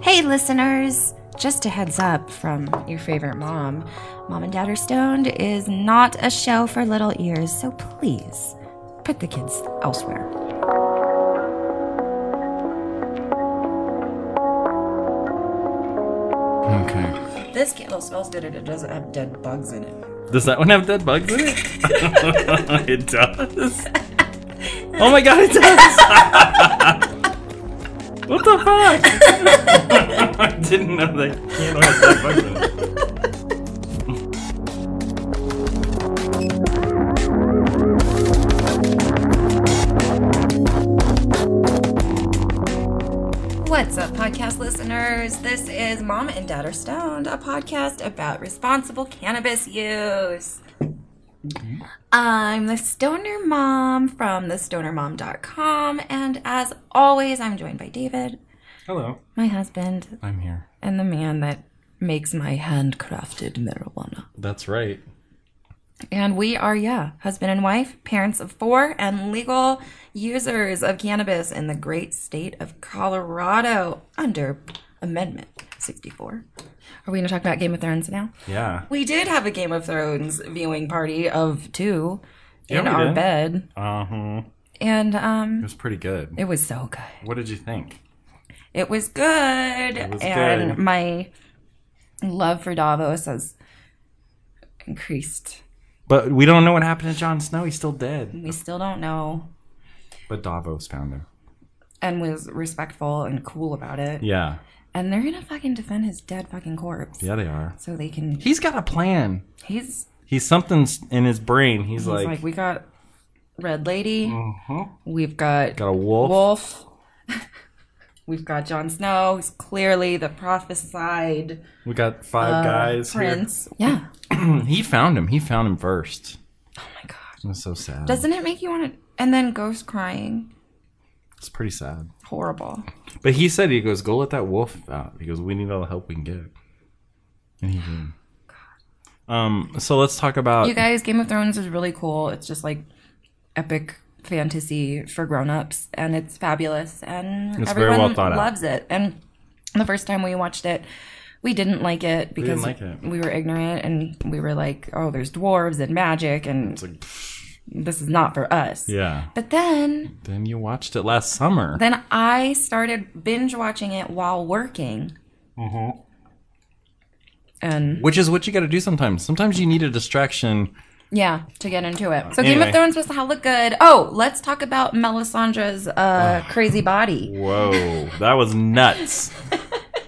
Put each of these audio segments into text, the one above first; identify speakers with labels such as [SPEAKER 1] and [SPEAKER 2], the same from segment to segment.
[SPEAKER 1] Hey, listeners! Just a heads up from your favorite mom Mom and Dad are Stoned is not a show for little ears, so please put the kids elsewhere.
[SPEAKER 2] Okay.
[SPEAKER 1] This candle smells good and it doesn't have dead bugs in it.
[SPEAKER 2] Does that one have dead bugs in it? it does. Oh my god, it does! what the fuck? I didn't know that candle had dead bugs in it.
[SPEAKER 1] What's up, podcast listeners? This is Mom and Dad Are Stoned, a podcast about responsible cannabis use. I'm the stoner mom from thestonermom.com, and as always, I'm joined by David,
[SPEAKER 2] Hello.
[SPEAKER 1] my husband,
[SPEAKER 2] I'm here.
[SPEAKER 1] and the man that makes my handcrafted marijuana.
[SPEAKER 2] That's right.
[SPEAKER 1] And we are, yeah, husband and wife, parents of four, and legal users of cannabis in the great state of Colorado under Amendment 64. Are we going to talk about Game of Thrones now?
[SPEAKER 2] Yeah.
[SPEAKER 1] We did have a Game of Thrones viewing party of two
[SPEAKER 2] Yeah,
[SPEAKER 1] in
[SPEAKER 2] we
[SPEAKER 1] our
[SPEAKER 2] did.
[SPEAKER 1] bed.
[SPEAKER 2] Uh huh.
[SPEAKER 1] And
[SPEAKER 2] It
[SPEAKER 1] um,
[SPEAKER 2] was pretty good.
[SPEAKER 1] it was so good.
[SPEAKER 2] What did you think?
[SPEAKER 1] It was good.
[SPEAKER 2] was
[SPEAKER 1] and
[SPEAKER 2] good.
[SPEAKER 1] my love for Davos has increased.
[SPEAKER 2] But we don't know what happened to Jon Snow. He's still dead.
[SPEAKER 1] We still don't know
[SPEAKER 2] But Davos found him.
[SPEAKER 1] and was respectful and cool about it.
[SPEAKER 2] Yeah.
[SPEAKER 1] And they're gonna fucking defend his dead fucking corpse.
[SPEAKER 2] Yeah, they are.
[SPEAKER 1] So they can.
[SPEAKER 2] He's got a plan.
[SPEAKER 1] He's,
[SPEAKER 2] He's something's in his brain. He's,
[SPEAKER 1] he's like,
[SPEAKER 2] like,
[SPEAKER 1] we got Red Lady.
[SPEAKER 2] uh-huh.
[SPEAKER 1] We've got,
[SPEAKER 2] got a wolf.
[SPEAKER 1] Wolf. We've got Jon Snow. He's clearly the prophesied uh,
[SPEAKER 2] We got five guys. here.
[SPEAKER 1] prince. Yeah.
[SPEAKER 2] He found him. He found him first.
[SPEAKER 1] Oh my god.
[SPEAKER 2] That's so sad.
[SPEAKER 1] Doesn't it make you want to? And then ghost crying.
[SPEAKER 2] it's pretty sad.
[SPEAKER 1] Horrible.
[SPEAKER 2] But he said, he goes, go let that wolf out. He goes, we need all the help we can get. And he did. Um, so let's talk about.
[SPEAKER 1] You guys, Game of Thrones is really cool. It's just like epic fantasy for grown-ups and it's fabulous and
[SPEAKER 2] It's very
[SPEAKER 1] everyone
[SPEAKER 2] well thought out.
[SPEAKER 1] loves it. And the first time we watched it, we didn't like it because
[SPEAKER 2] like it.
[SPEAKER 1] we were ignorant and we were like, "Oh, there's dwarves and magic and
[SPEAKER 2] like,
[SPEAKER 1] this is not for us."
[SPEAKER 2] yeah.
[SPEAKER 1] But then
[SPEAKER 2] Then you watched it last summer.
[SPEAKER 1] then I started binge watching it while working.
[SPEAKER 2] Mm-hmm.
[SPEAKER 1] And
[SPEAKER 2] which is what you got to do sometimes. Sometimes you need a distraction.
[SPEAKER 1] Yeah, to get into it. So Game
[SPEAKER 2] Anyway.
[SPEAKER 1] of Thrones was hella good. Oh, let's talk about Melisandre's uh, crazy body.
[SPEAKER 2] Whoa, that was nuts.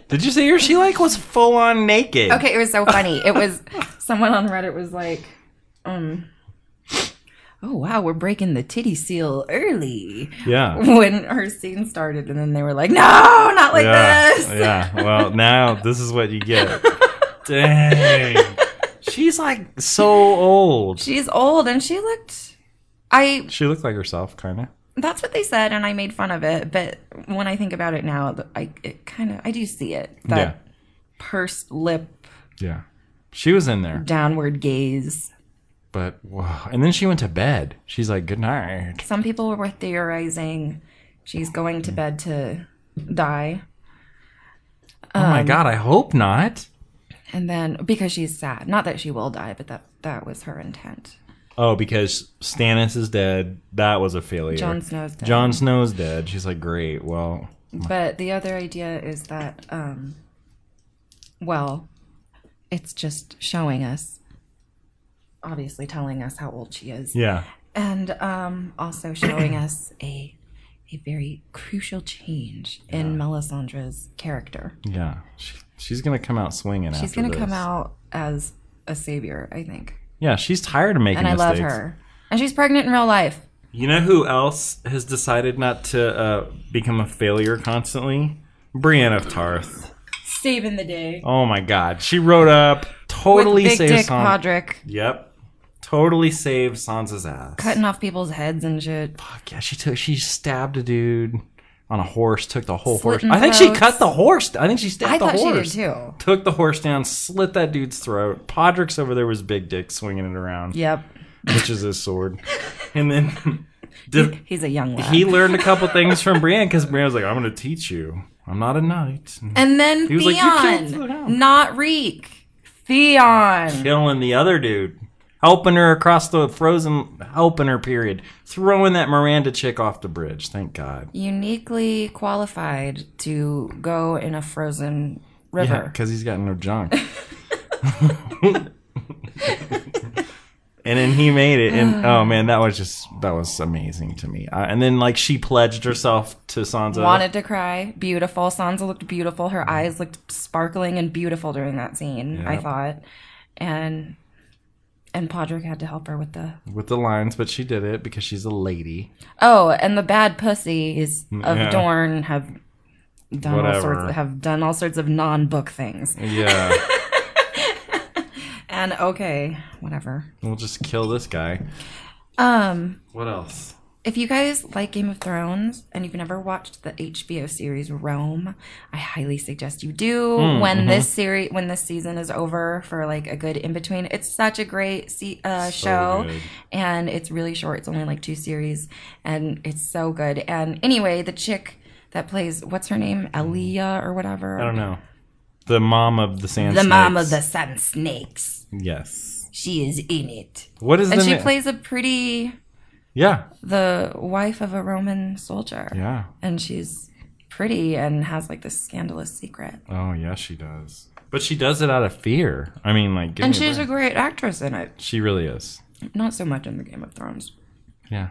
[SPEAKER 2] Did you see her? She like was full on naked.
[SPEAKER 1] Okay, it was so funny. It was someone on Reddit was like, um, "Oh wow, we're breaking the titty seal early."
[SPEAKER 2] Yeah.
[SPEAKER 1] When her scene started, and then they were like, "No, not like
[SPEAKER 2] yeah,
[SPEAKER 1] this."
[SPEAKER 2] Yeah. Well, now this is what you get. Dang. She's like so old.
[SPEAKER 1] She's old, and she looked. I
[SPEAKER 2] She looked like herself, kind of.
[SPEAKER 1] that's what they said, and I made fun of it. But when I think about it now, th- I it kind of I do see it that
[SPEAKER 2] Yeah.
[SPEAKER 1] pursed lip,
[SPEAKER 2] Yeah. She was in there,
[SPEAKER 1] downward gaze.
[SPEAKER 2] but wow. And then she went to bed. She's like, good night.
[SPEAKER 1] Some people were theorizing she's going to bed to die.
[SPEAKER 2] oh
[SPEAKER 1] Um,
[SPEAKER 2] my God, I hope not.
[SPEAKER 1] And then because she's sad. Not that she will die, but that that was her intent.
[SPEAKER 2] Oh, because Stannis is dead. That was a failure.
[SPEAKER 1] Jon Snow's dead.
[SPEAKER 2] Jon Snow's dead. She's like, great. Well,
[SPEAKER 1] But the other idea is that um well, it's just showing us obviously telling us how old she is.
[SPEAKER 2] yeah.
[SPEAKER 1] And um also showing us a a very crucial change in Melisandre's character.
[SPEAKER 2] Yeah. She, she's going to come out swinging
[SPEAKER 1] She's
[SPEAKER 2] going
[SPEAKER 1] going
[SPEAKER 2] to
[SPEAKER 1] to come out as a savior, I think.
[SPEAKER 2] Yeah, she's tired of making
[SPEAKER 1] and I
[SPEAKER 2] mistakes.
[SPEAKER 1] love her. And she's pregnant in real life.
[SPEAKER 2] You know who else has decided not to uh, become a failure constantly? Brienne of Tarth.
[SPEAKER 1] Saving the day.
[SPEAKER 2] Oh my God, she rode up, totally
[SPEAKER 1] With Big
[SPEAKER 2] saved
[SPEAKER 1] Dick
[SPEAKER 2] Sansa.
[SPEAKER 1] Podrick
[SPEAKER 2] Yep, totally saved Sansa's ass.
[SPEAKER 1] cutting off people's heads and shit.
[SPEAKER 2] Fuck yeah, she took. She stabbed a dude on a horse. Took the whole
[SPEAKER 1] Slitting
[SPEAKER 2] horse. I think she
[SPEAKER 1] throats.
[SPEAKER 2] cut the horse. I think she stabbed
[SPEAKER 1] I
[SPEAKER 2] the
[SPEAKER 1] thought she did
[SPEAKER 2] horse.
[SPEAKER 1] too.
[SPEAKER 2] Took the horse down, slit that dude's throat. Podrick's over there was big dick swinging it around,
[SPEAKER 1] Yep.
[SPEAKER 2] which is his sword, and then. did-
[SPEAKER 1] He's a young lad.
[SPEAKER 2] he learned a couple things from Brienne because Brienne was like, "I'm going to teach you." I'm not a knight.
[SPEAKER 1] And then
[SPEAKER 2] He was like, "You killed
[SPEAKER 1] Theon,
[SPEAKER 2] the hound."
[SPEAKER 1] not Reek. Theon.
[SPEAKER 2] Killing the other dude. Helping her across the frozen, helping her, period. Throwing that Miranda chick off the bridge. Thank God.
[SPEAKER 1] Uniquely qualified to go in a frozen
[SPEAKER 2] Yeah,
[SPEAKER 1] river.
[SPEAKER 2] because he's got no junk. and then he made it, and oh man, that was just that was amazing to me. I, and then like she pledged herself to Sansa.
[SPEAKER 1] Wanted to cry. Beautiful. Sansa looked beautiful. Her eyes looked sparkling and beautiful during that scene, I
[SPEAKER 2] Mm. Yep.
[SPEAKER 1] thought. And and Podrick had to help her with the
[SPEAKER 2] with the lines, but she did it because she's a lady.
[SPEAKER 1] Oh, and the bad pussies of
[SPEAKER 2] Mm, Yeah.
[SPEAKER 1] Dorne have done all
[SPEAKER 2] Whatever.
[SPEAKER 1] sorts have done all sorts of non book things.
[SPEAKER 2] Yeah,
[SPEAKER 1] And okay, whatever.
[SPEAKER 2] we'll just kill this guy.
[SPEAKER 1] Um,
[SPEAKER 2] What else?
[SPEAKER 1] if you guys like Game of Thrones and you've never watched the HBO series Rome, I highly suggest you do.
[SPEAKER 2] Hmm,
[SPEAKER 1] when
[SPEAKER 2] mm-hmm.
[SPEAKER 1] this series, when this season is over, for like a good in between, it's such a great se- uh, show,
[SPEAKER 2] good.
[SPEAKER 1] and it's really short. It's only like two series, and it's so good. And anyway, the chick that plays what's her name, Elia or whatever,
[SPEAKER 2] Hmm. I don't know. The mom of the sand.
[SPEAKER 1] the mom of the
[SPEAKER 2] snakes.
[SPEAKER 1] sun snakes,
[SPEAKER 2] Yes.
[SPEAKER 1] she is in it,
[SPEAKER 2] What is
[SPEAKER 1] and
[SPEAKER 2] the
[SPEAKER 1] she
[SPEAKER 2] na-
[SPEAKER 1] plays a pretty
[SPEAKER 2] Yeah,
[SPEAKER 1] the wife of a Roman soldier.
[SPEAKER 2] yeah.
[SPEAKER 1] and she's pretty and has like this scandalous secret.
[SPEAKER 2] Oh yeah, she does. But she does it out of fear. I mean, like, give
[SPEAKER 1] And
[SPEAKER 2] me a
[SPEAKER 1] she's
[SPEAKER 2] break.
[SPEAKER 1] a great actress in it.
[SPEAKER 2] she really is.
[SPEAKER 1] Not so much in the Game of Thrones.
[SPEAKER 2] Yeah.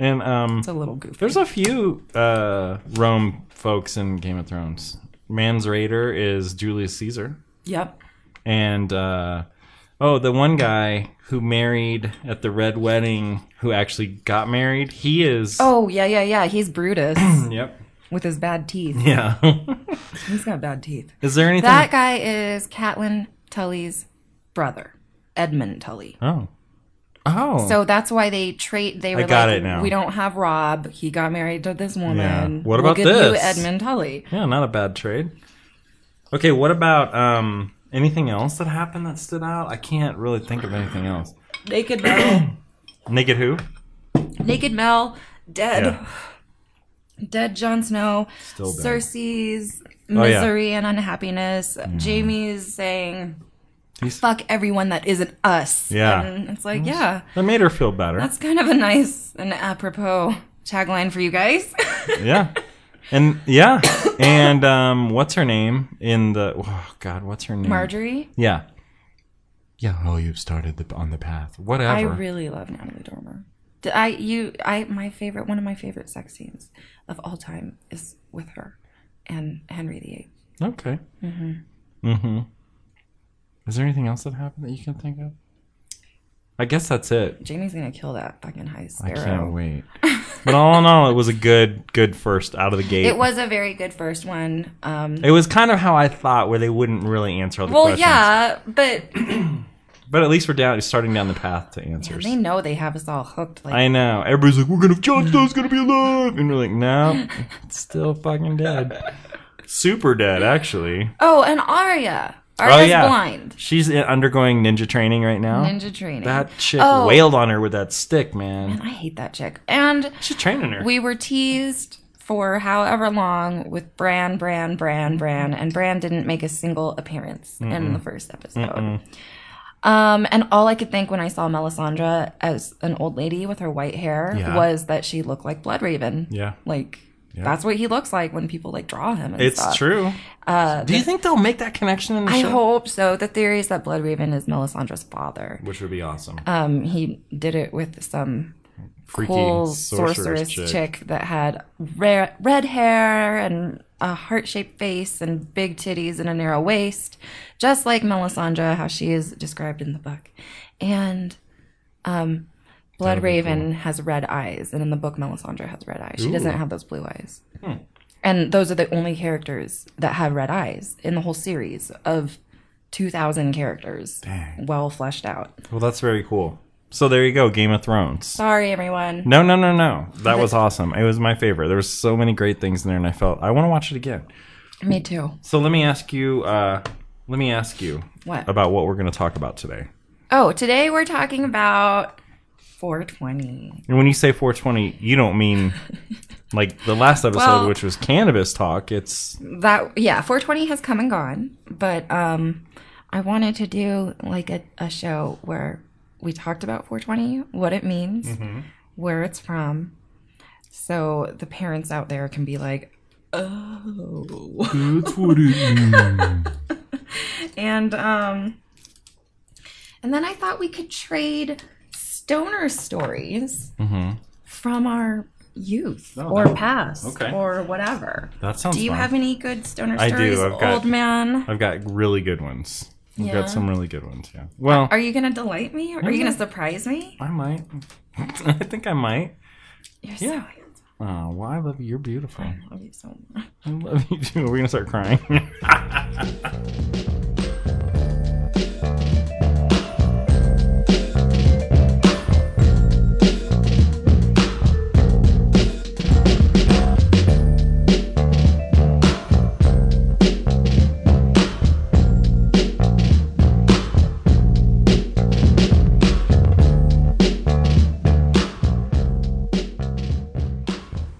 [SPEAKER 2] And um
[SPEAKER 1] It's a little goofy.
[SPEAKER 2] there's a few uh Rome folks in Game of Thrones. Mans Raider is Julius Caesar.
[SPEAKER 1] yep.
[SPEAKER 2] And uh oh, the one guy who married at the red wedding who actually got married, he is
[SPEAKER 1] Oh yeah, yeah, yeah. He's Brutus
[SPEAKER 2] Yep.
[SPEAKER 1] with his bad teeth.
[SPEAKER 2] Yeah.
[SPEAKER 1] He's got bad teeth.
[SPEAKER 2] is there anything
[SPEAKER 1] That guy is Catelyn Tully's brother, Edmund Tully.
[SPEAKER 2] Oh. Oh.
[SPEAKER 1] So that's why they trait. They were
[SPEAKER 2] got
[SPEAKER 1] like,
[SPEAKER 2] it now.
[SPEAKER 1] we don't have Rob. He got married to this woman.
[SPEAKER 2] Yeah. What
[SPEAKER 1] We'll
[SPEAKER 2] about
[SPEAKER 1] give You
[SPEAKER 2] this?"
[SPEAKER 1] Edmund Tully.
[SPEAKER 2] yeah, not a bad trade. Okay, what about um anything else that happened that stood out? I can't really think of anything else.
[SPEAKER 1] Naked Mel.
[SPEAKER 2] Naked who?
[SPEAKER 1] Naked Mel. Dead.
[SPEAKER 2] Yeah.
[SPEAKER 1] dead Jon Snow,
[SPEAKER 2] Still dead.
[SPEAKER 1] Cersei's
[SPEAKER 2] yeah. Mm.
[SPEAKER 1] misery and unhappiness, Jamie's saying,
[SPEAKER 2] He's-
[SPEAKER 1] fuck everyone that isn't us.
[SPEAKER 2] Yeah.
[SPEAKER 1] And it's like, yeah,
[SPEAKER 2] That made her feel better.
[SPEAKER 1] that's kind of a nice and apropos tagline for you guys.
[SPEAKER 2] yeah and yeah and um what's her name in the oh god what's her name
[SPEAKER 1] Marjorie,
[SPEAKER 2] yeah yeah oh you've started the, on the path whatever
[SPEAKER 1] I really love Natalie Dormer. D- I you I my favorite one of my favorite sex scenes of all time is with her and Henry VIII.
[SPEAKER 2] okay mm-hmm. mm-hmm is there anything else that happened that you can think of i guess that's it
[SPEAKER 1] Jamie's gonna kill that fucking high
[SPEAKER 2] i
[SPEAKER 1] sparrow.
[SPEAKER 2] can't wait but all in all it was a good good first out of the gate
[SPEAKER 1] It was a very good first one. Um,
[SPEAKER 2] It was kind of how I thought, where they wouldn't really answer all the
[SPEAKER 1] well,
[SPEAKER 2] questions.
[SPEAKER 1] yeah, but
[SPEAKER 2] But at least we're down, starting down the path to answers.
[SPEAKER 1] They know they have us all hooked. Like,
[SPEAKER 2] I know. Everybody's like, we're gonna Jon Snow's gonna be alive, and we're like, no, it's still fucking dead, super dead actually.
[SPEAKER 1] oh, and Arya.
[SPEAKER 2] Oh,
[SPEAKER 1] Arya's blind.
[SPEAKER 2] She's i- undergoing ninja training right now.
[SPEAKER 1] Ninja training.
[SPEAKER 2] Oh, That chick
[SPEAKER 1] Oh.
[SPEAKER 2] wailed on her with that stick, man.
[SPEAKER 1] I hate that chick. And
[SPEAKER 2] She's training her.
[SPEAKER 1] we were teased for however long with Bran, Bran, Bran, Bran, and Bran didn't make a single appearance in the first episode. Um, and all I could think when I saw Melisandre as an old lady with her white hair
[SPEAKER 2] Yeah.
[SPEAKER 1] was that she looked like Bloodraven.
[SPEAKER 2] yeah,
[SPEAKER 1] Like that's what he looks like when people like draw him. And
[SPEAKER 2] it's
[SPEAKER 1] stuff.
[SPEAKER 2] true. Do you think they'll make that connection in the
[SPEAKER 1] uh, I
[SPEAKER 2] show?
[SPEAKER 1] hope so. The theory is that Bloodraven is Melisandre's father.
[SPEAKER 2] Which would be awesome.
[SPEAKER 1] Um, he did it with some
[SPEAKER 2] Freaky
[SPEAKER 1] cool sorceress chick. that had red, red hair and a heart shaped face and big titties and a narrow waist, just like Melisandre, how she is described in the book. And um, Blood Raven has red eyes, and in the book, Melisandre has red eyes. She doesn't have those blue eyes. And those are the only characters that have red eyes in the whole series of 2,000 characters, well fleshed out.
[SPEAKER 2] Well, that's very cool. So there you go, Game of Thrones.
[SPEAKER 1] Sorry, everyone.
[SPEAKER 2] No, no, no, no. That was awesome. It was my favorite. There was so many great things in there, and I felt I want to watch it again.
[SPEAKER 1] Me too.
[SPEAKER 2] So let me ask you. Uh, let me ask you
[SPEAKER 1] What?
[SPEAKER 2] about what we're going to talk about today.
[SPEAKER 1] Oh, today we're talking about 420.
[SPEAKER 2] And when you say 420, you don't mean like the last episode,
[SPEAKER 1] Well-
[SPEAKER 2] which was cannabis talk. It's
[SPEAKER 1] That yeah, 420 has come and gone, but um I wanted to do like a, a show where we talked about 420, what it means, where it's from. So the parents out there can be like, "Oh."
[SPEAKER 2] that's what it means.
[SPEAKER 1] And um and then I thought we could trade stoner stories from our youth
[SPEAKER 2] Mm-hmm. Oh,
[SPEAKER 1] or
[SPEAKER 2] that-
[SPEAKER 1] past
[SPEAKER 2] okay.
[SPEAKER 1] or whatever.
[SPEAKER 2] That sounds.
[SPEAKER 1] Do you
[SPEAKER 2] fun.
[SPEAKER 1] have any good stoner
[SPEAKER 2] I do,
[SPEAKER 1] stories,
[SPEAKER 2] I've got-
[SPEAKER 1] old man?
[SPEAKER 2] I've got really good ones. I've
[SPEAKER 1] Yeah.
[SPEAKER 2] got some really good ones. Yeah. Well,
[SPEAKER 1] Are you gonna delight me? Are you gonna surprise me?
[SPEAKER 2] I might. I think I might.
[SPEAKER 1] You're
[SPEAKER 2] Yeah.
[SPEAKER 1] so handsome.
[SPEAKER 2] Oh, well, I love you. You're beautiful.
[SPEAKER 1] I love you so much.
[SPEAKER 2] I love you too. We're gonna start crying.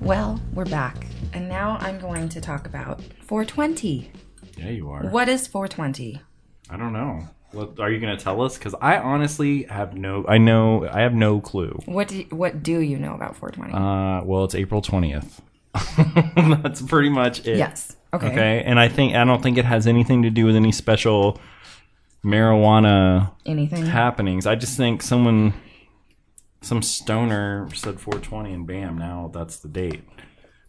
[SPEAKER 1] Well, we're back. And now I'm going to talk about 420.
[SPEAKER 2] yeah, you are.
[SPEAKER 1] What is 420?
[SPEAKER 2] I don't know. What, are you gonna tell us? Because I honestly have no. I know. I have no clue.
[SPEAKER 1] What do you, what do you know about 420?
[SPEAKER 2] Uh, well, it's April twentieth. That's pretty much it.
[SPEAKER 1] yes. Okay.
[SPEAKER 2] Okay. And I think I don't think it has anything to do with any special marijuana
[SPEAKER 1] Anything?
[SPEAKER 2] happenings. I just think someone, some stoner said 420, and bam, now that's the date.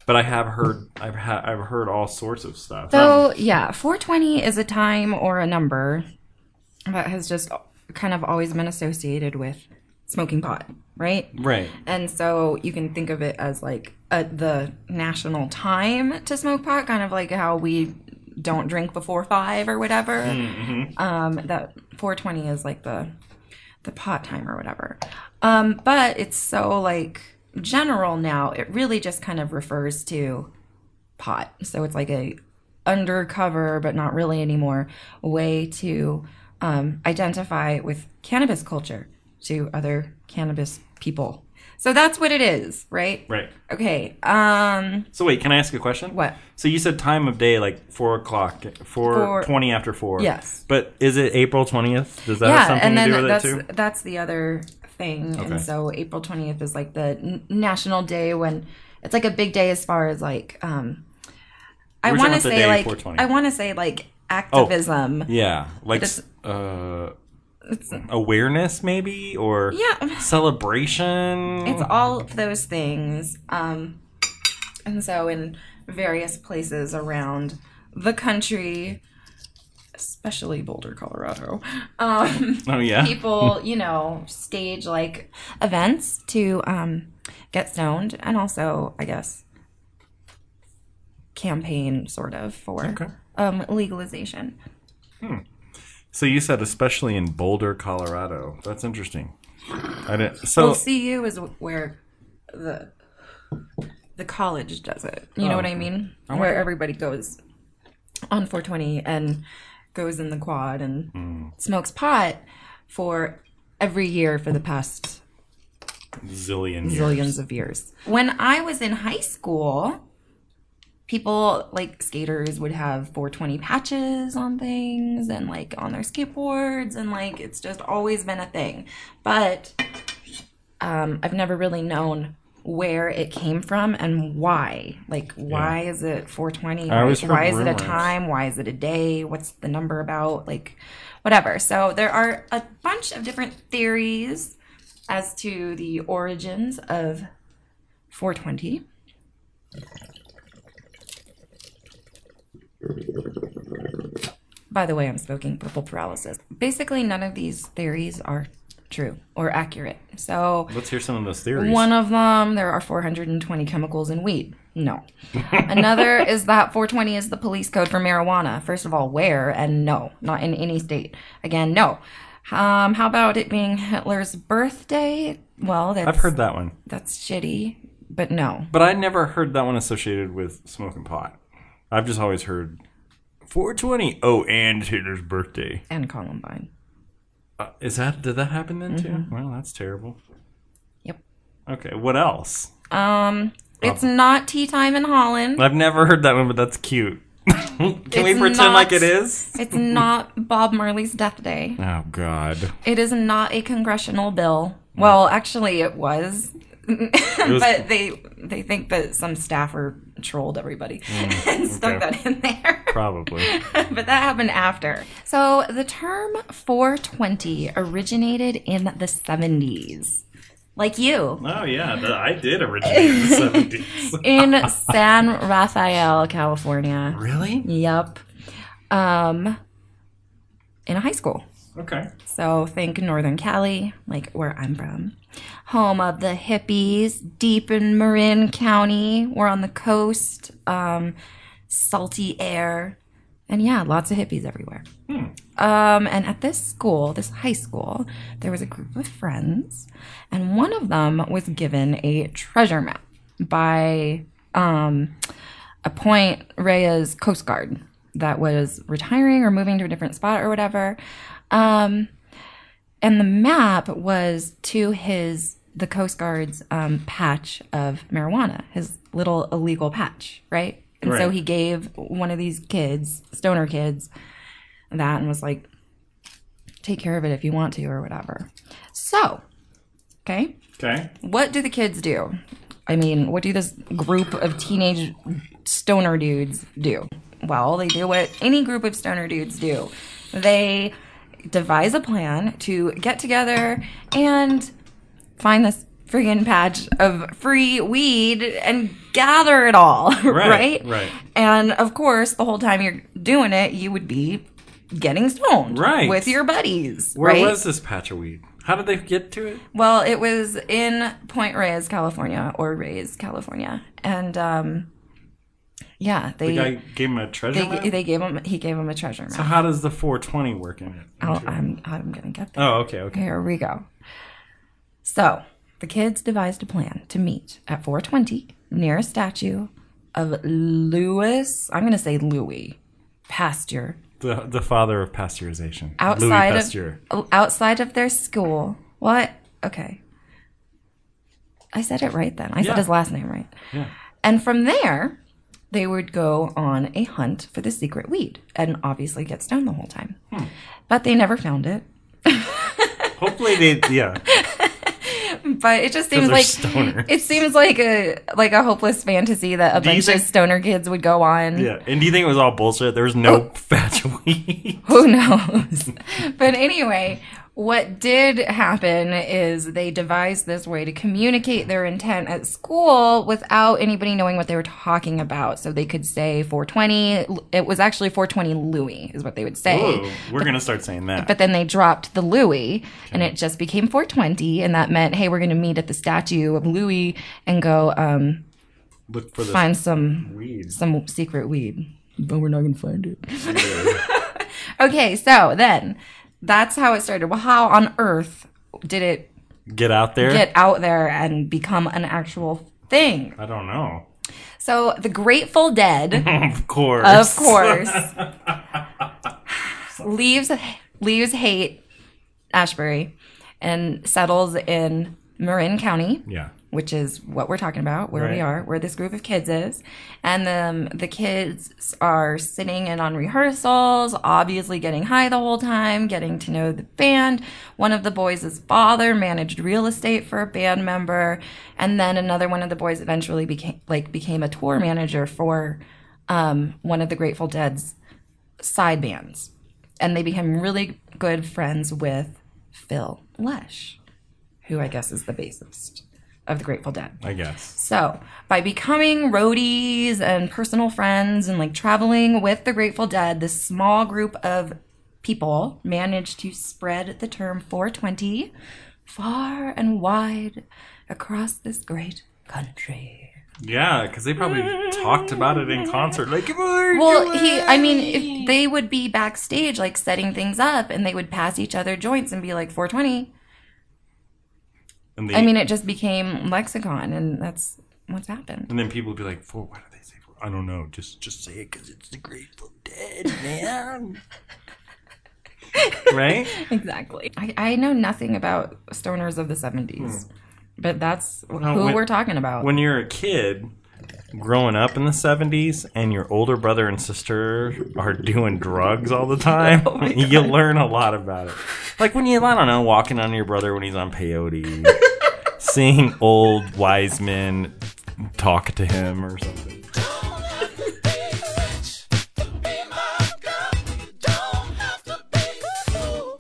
[SPEAKER 2] But I have heard, I've ha- I've heard all sorts of stuff. Um,
[SPEAKER 1] So, yeah, 420 is a time or a number that has just kind of always been associated with smoking pot, right?
[SPEAKER 2] right.
[SPEAKER 1] And so you can think of it as like a, the national time to smoke pot, kind of like how we don't drink before five or whatever. Um, that 420 is like the the pot time or whatever. Um, but it's so like general now. It really just kind of refers to pot. So it's like a undercover, but not really anymore, way to um, identify with cannabis culture to other cannabis people. So that's what it is, right?
[SPEAKER 2] Right.
[SPEAKER 1] Okay. Um,
[SPEAKER 2] So wait, can I ask a question?
[SPEAKER 1] What?
[SPEAKER 2] So you said time of day, like four o'clock, four,
[SPEAKER 1] Four-
[SPEAKER 2] 20 after four.
[SPEAKER 1] Yes.
[SPEAKER 2] But is it April twentieth? Does that have
[SPEAKER 1] yeah,
[SPEAKER 2] something
[SPEAKER 1] and
[SPEAKER 2] to do
[SPEAKER 1] then
[SPEAKER 2] with
[SPEAKER 1] that's
[SPEAKER 2] it too?
[SPEAKER 1] that's the other thing.
[SPEAKER 2] Okay.
[SPEAKER 1] And so April 20th is like the n- national day when it's like a big day as far as like um I
[SPEAKER 2] We're talking
[SPEAKER 1] want to
[SPEAKER 2] about the
[SPEAKER 1] say
[SPEAKER 2] day Oh.
[SPEAKER 1] like
[SPEAKER 2] 420.
[SPEAKER 1] I want to say like activism.
[SPEAKER 2] Yeah, like
[SPEAKER 1] It's-
[SPEAKER 2] uh, awareness maybe or
[SPEAKER 1] Yeah.
[SPEAKER 2] celebration.
[SPEAKER 1] It's all of those things. Um, and so, in various places around the country, especially Boulder, Colorado, um,
[SPEAKER 2] oh yeah.
[SPEAKER 1] people, you know, stage like events to um, get stoned and also, I guess, campaign sort of for
[SPEAKER 2] Okay.
[SPEAKER 1] um, legalization.
[SPEAKER 2] So you said especially in Boulder, Colorado. That's interesting. I didn't. So
[SPEAKER 1] Well, CU is where the the college does it. You know
[SPEAKER 2] Oh,
[SPEAKER 1] what
[SPEAKER 2] okay.
[SPEAKER 1] I mean? Where everybody goes on 420 and goes in the quad and
[SPEAKER 2] Mm.
[SPEAKER 1] smokes pot for every year for the past
[SPEAKER 2] zillion years.
[SPEAKER 1] zillions of years. When I was in high school, people like skaters would have 420 patches on things and like on their skateboards and like it's just always been a thing. But um, I've never really known where it came from and why. Like why is it 420?
[SPEAKER 2] I
[SPEAKER 1] Why,
[SPEAKER 2] always heard
[SPEAKER 1] why is it a
[SPEAKER 2] rumors.
[SPEAKER 1] time? Why is it a day? What's the number about? Like whatever. So there are a bunch of different theories as to the origins of 420. By the way, I'm smoking purple paralysis. Basically, none of these theories are true or accurate. So,
[SPEAKER 2] Let's hear some of those theories.
[SPEAKER 1] one of them, there are 420 chemicals in weed. No. Another is that 420 is the police code for marijuana. First of all, where and no, not in any state. Again, no. Um, how about it being Hitler's birthday? Well, that's
[SPEAKER 2] I've heard that one,
[SPEAKER 1] that's shitty, but no.
[SPEAKER 2] but I never heard that one associated with smoking pot. I've just always heard 420. Oh, and Hitler's birthday.
[SPEAKER 1] And Columbine. Mm-hmm.
[SPEAKER 2] Uh, is that did that happen then too? Well, that's terrible. Okay, what else?
[SPEAKER 1] Um,
[SPEAKER 2] Oh.
[SPEAKER 1] it's not tea time in Holland.
[SPEAKER 2] I've never heard that one, but that's cute. Can we
[SPEAKER 1] It's
[SPEAKER 2] pretend
[SPEAKER 1] not-
[SPEAKER 2] like it is?
[SPEAKER 1] It's not Bob Marley's death day.
[SPEAKER 2] Oh God!
[SPEAKER 1] It is not a congressional bill. Well, actually, it was,
[SPEAKER 2] Mm. was-
[SPEAKER 1] but they they think that some staffer trolled everybody and stuck
[SPEAKER 2] Mm, okay.
[SPEAKER 1] that in there.
[SPEAKER 2] Probably.
[SPEAKER 1] but that happened after. So the term 420 originated in the 70s, like you,
[SPEAKER 2] Oh yeah, th- I did originate in the seventies.
[SPEAKER 1] in San Rafael, California.
[SPEAKER 2] Really?
[SPEAKER 1] Yep. Um, in high school.
[SPEAKER 2] Okay.
[SPEAKER 1] So think Northern Cali, like where I'm from. Home of the hippies, deep in Marin County. We're on the coast, um, salty air. And yeah, lots of hippies everywhere. Um, and at this school, this high school, there was a group of friends, and one of them was given a treasure map by um, a Point Reyes Coast Guard that was retiring or moving to a different spot or whatever. Um, and the map was to his the Coast Guard's um, patch of marijuana, his little illegal patch, right? And so
[SPEAKER 2] Right.
[SPEAKER 1] he gave one of these kids, stoner kids, that and was like, take care of it if you want to or whatever. So, okay,
[SPEAKER 2] Okay.
[SPEAKER 1] what do the kids do? I mean, what do this group of teenage stoner dudes do? Well, they do what any group of stoner dudes do they devise a plan to get together and find this friggin' patch of free weed and gather it all, right?
[SPEAKER 2] right.
[SPEAKER 1] And of course, the whole time you're doing it, you would be getting stoned
[SPEAKER 2] Right.
[SPEAKER 1] with your buddies.
[SPEAKER 2] Where
[SPEAKER 1] right?
[SPEAKER 2] was this patch of weed? How did they get to it?
[SPEAKER 1] Well, it was in Point Reyes, California, or Reyes, California, and um, yeah,
[SPEAKER 2] The
[SPEAKER 1] they
[SPEAKER 2] guy gave him a treasure map.
[SPEAKER 1] they, they gave him he gave him a treasure map.
[SPEAKER 2] How does the 420 work in it?
[SPEAKER 1] I'll, I'm I'm gonna get there.
[SPEAKER 2] Oh, okay, okay.
[SPEAKER 1] Here we go. So the kids devised a plan to meet at 4:20 near a statue of Louis. I'm gonna say Louis Pasteur
[SPEAKER 2] The the father of pasteurization.
[SPEAKER 1] outside
[SPEAKER 2] Louis Pasteur.
[SPEAKER 1] of Oh, outside of their school. What? Okay. I said it right then. I
[SPEAKER 2] Yeah.
[SPEAKER 1] said his last name right.
[SPEAKER 2] Yeah.
[SPEAKER 1] And from there, they would go on a hunt for the secret weed and obviously get stoned the whole time.
[SPEAKER 2] Hmm.
[SPEAKER 1] But they never found it.
[SPEAKER 2] Hopefully they yeah.
[SPEAKER 1] But it just seems
[SPEAKER 2] they're
[SPEAKER 1] like
[SPEAKER 2] stoners.
[SPEAKER 1] it seems like a like a hopeless fantasy that a
[SPEAKER 2] you
[SPEAKER 1] bunch
[SPEAKER 2] think-
[SPEAKER 1] of stoner kids would go on.
[SPEAKER 2] Yeah. And do you think it was all bullshit? There was no
[SPEAKER 1] Oh.
[SPEAKER 2] patch of weed.
[SPEAKER 1] Who knows? but anyway, what did happen is they devised this way to communicate their intent at school without anybody knowing what they were talking about. So they could say 420. It was actually 420 Louis, is what they would say.
[SPEAKER 2] Whoa, Oh, we're gonna start saying that.
[SPEAKER 1] But then they dropped the Louis and it just became 420. And that meant, hey, we're going to meet at the statue of Louis and go um,
[SPEAKER 2] Look for the
[SPEAKER 1] find some
[SPEAKER 2] weeds.
[SPEAKER 1] some secret weed. But we're not going to find it. Okay, so then that's how it started. Well, how on earth did it
[SPEAKER 2] Get out there.
[SPEAKER 1] get out there and become an actual thing?
[SPEAKER 2] I don't know.
[SPEAKER 1] So the Grateful Dead,
[SPEAKER 2] Of course.
[SPEAKER 1] of course, leaves leaves hate Ashbury and settles in Marin County.
[SPEAKER 2] Yeah.
[SPEAKER 1] which is what we're talking about, where we
[SPEAKER 2] Right.
[SPEAKER 1] are, where this group of kids is. And um, the kids are sitting in on rehearsals, obviously getting high the whole time, getting to know the band. One of the boys' father managed real estate for a band member, and then another one of the boys eventually became like became a tour manager for um, one of the Grateful Dead's side bands. And they became really good friends with Phil Lesh, who I guess is the bassist of the Grateful Dead.
[SPEAKER 2] I guess.
[SPEAKER 1] So, by becoming roadies and personal friends and like traveling with the Grateful Dead, this small group of people managed to spread the term 420 far and wide across this great country.
[SPEAKER 2] Yeah, because they probably talked about it in concert. Like,
[SPEAKER 1] Well, he, I mean, if they would be backstage, like setting things up, and they would pass each other joints and be like 420.
[SPEAKER 2] and they,
[SPEAKER 1] I mean, it just became lexicon, and that's what's happened.
[SPEAKER 2] And then people would be like, "For why do they say? For? I don't know. Just just say it because it's the Grateful Dead, man." right?
[SPEAKER 1] Exactly. I, I know nothing about stoners of the 70s. But that's who
[SPEAKER 2] Hmm. when-
[SPEAKER 1] we're talking about.
[SPEAKER 2] when you're a kid growing up in the 70s and your older brother and sister are doing drugs all the time
[SPEAKER 1] Oh my
[SPEAKER 2] you learn a lot about it like when you i don't know walking on your brother when he's on peyote seeing old wise men talk to him or something
[SPEAKER 3] Don't have to be rich to be my girl. Don't have to be cool.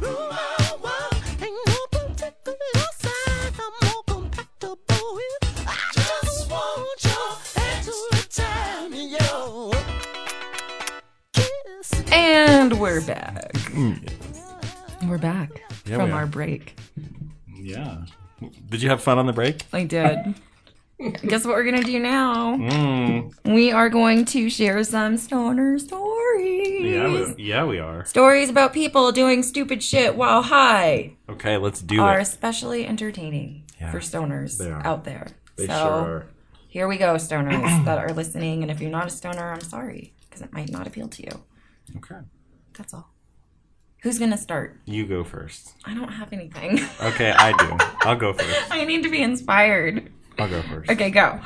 [SPEAKER 3] Blue hour ain't no particular size I'm more compatible with. I just want your hand to return your kiss.
[SPEAKER 1] and we're back. We're back
[SPEAKER 2] Hmm. Yeah,
[SPEAKER 1] from
[SPEAKER 2] we are.
[SPEAKER 1] our break.
[SPEAKER 2] yeah did you have fun on the break
[SPEAKER 1] I did. Guess what we're gonna do now?
[SPEAKER 2] mm,
[SPEAKER 1] We are going to share some stoner stories.
[SPEAKER 2] yeah, we, yeah we are
[SPEAKER 1] Stories about people doing stupid shit while high
[SPEAKER 2] okay let's do
[SPEAKER 1] are
[SPEAKER 2] it
[SPEAKER 1] especially entertaining
[SPEAKER 2] Yeah,
[SPEAKER 1] for stoners
[SPEAKER 2] they are.
[SPEAKER 1] out there.
[SPEAKER 2] they
[SPEAKER 1] so
[SPEAKER 2] sure are
[SPEAKER 1] here we go, stoners that are listening. And if you're not a stoner, I'm sorry because it might not appeal to you.
[SPEAKER 2] okay
[SPEAKER 1] That's all. Who's gonna start?
[SPEAKER 2] you go first
[SPEAKER 1] I don't have anything.
[SPEAKER 2] okay i do i'll go first
[SPEAKER 1] I need to be inspired.
[SPEAKER 2] i'll go first
[SPEAKER 1] Okay, go.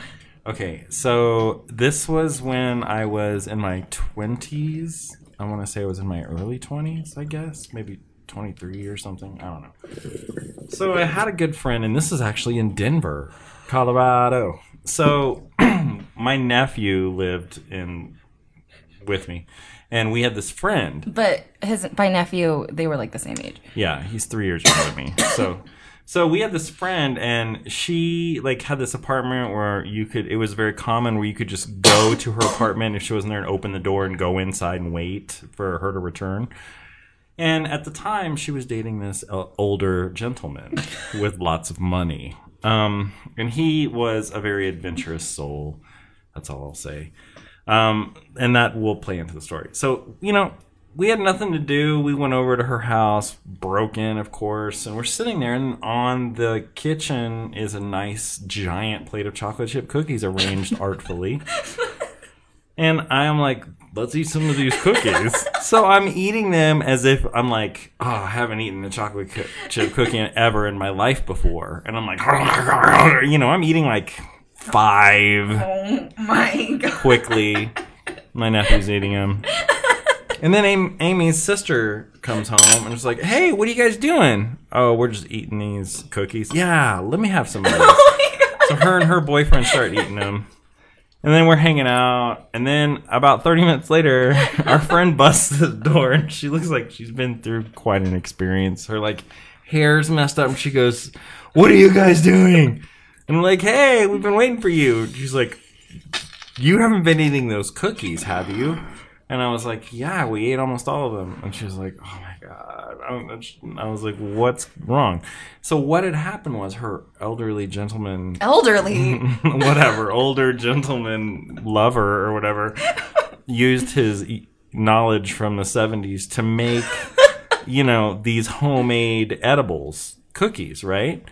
[SPEAKER 2] Okay, so this was when I was in my 20s. I want to say I was in my early 20s, I guess. Maybe 23 or something. I don't know. So I had a good friend, and this is actually in Denver, Colorado. So my nephew lived in with me, and we had this friend
[SPEAKER 1] But his my nephew, they were like the same age.
[SPEAKER 2] yeah, he's three years younger than me. So, so we had this friend, and she like had this apartment where you could. It was very common where you could just go to her apartment if she wasn't there, and open the door and go inside and wait for her to return. And at the time, she was dating this uh, older gentleman with lots of money. Um, and he was a very adventurous soul. That's all I'll say. Um, and that will play into the story. So, you know, we had nothing to do. We went over to her house, broke in, of course, and we're sitting there. And on the kitchen is a nice giant plate of chocolate chip cookies arranged artfully. And I'm like, let's eat some of these cookies. so I'm eating them as if I'm like, oh, I haven't eaten a chocolate co- chip cookie in- ever in my life before. And I'm like, you know, I'm eating like five
[SPEAKER 1] Oh my god.
[SPEAKER 2] quickly. My nephew's eating them. And then Am- Amy's sister comes home and is like, hey, what are you guys doing? Oh, we're just eating these cookies. Yeah, let me have some of those. So her and her boyfriend start eating them. And then we're hanging out. And then about 30 minutes later, our friend busts the door and she looks like she's been through quite an experience. Her like hair's messed up and she goes, What are you guys doing? And we're like, Hey, we've been waiting for you. And she's like, You haven't been eating those cookies, have you? And I was like, Yeah, we ate almost all of them. And she was like, Oh my God. I don't know." And I was like, What's wrong? So what had happened was her elderly gentleman
[SPEAKER 1] Elderly.
[SPEAKER 2] whatever older gentleman lover or whatever used his e- knowledge from the 70s to make you know these homemade edibles cookies right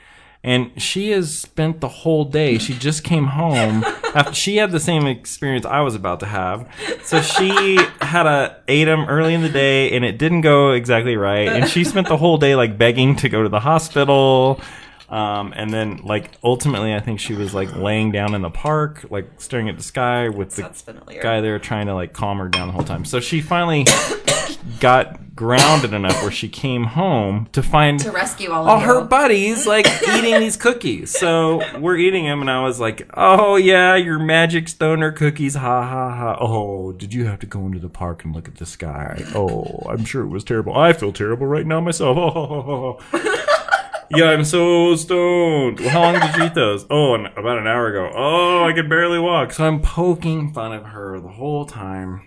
[SPEAKER 2] and she has spent the whole day she just came home after she had the same experience i was about to have so she had a ate 'em early in the day and it didn't go exactly right and she spent the whole day like begging to go to the hospital um, and then like ultimately i think she was like laying down in the park like staring at the sky with the
[SPEAKER 1] That's familiar.
[SPEAKER 2] guy there trying to like calm her down the whole time. So she finally got grounded enough where she came home to find
[SPEAKER 1] To rescue all of
[SPEAKER 2] all
[SPEAKER 1] you.
[SPEAKER 2] Oh, her buddies like eating these cookies. So we're eating them, and I was like, "Oh yeah, your magic stoner cookies, ha ha ha." Oh, did you have to go into the park and look at the sky? Oh, I'm sure it was terrible. I feel terrible right now myself. Oh, oh, oh, oh. yeah, I'm so stoned. Well, how long did you eat those? Oh, an, about an hour ago. Oh, I could barely walk. So I'm poking fun of her the whole time,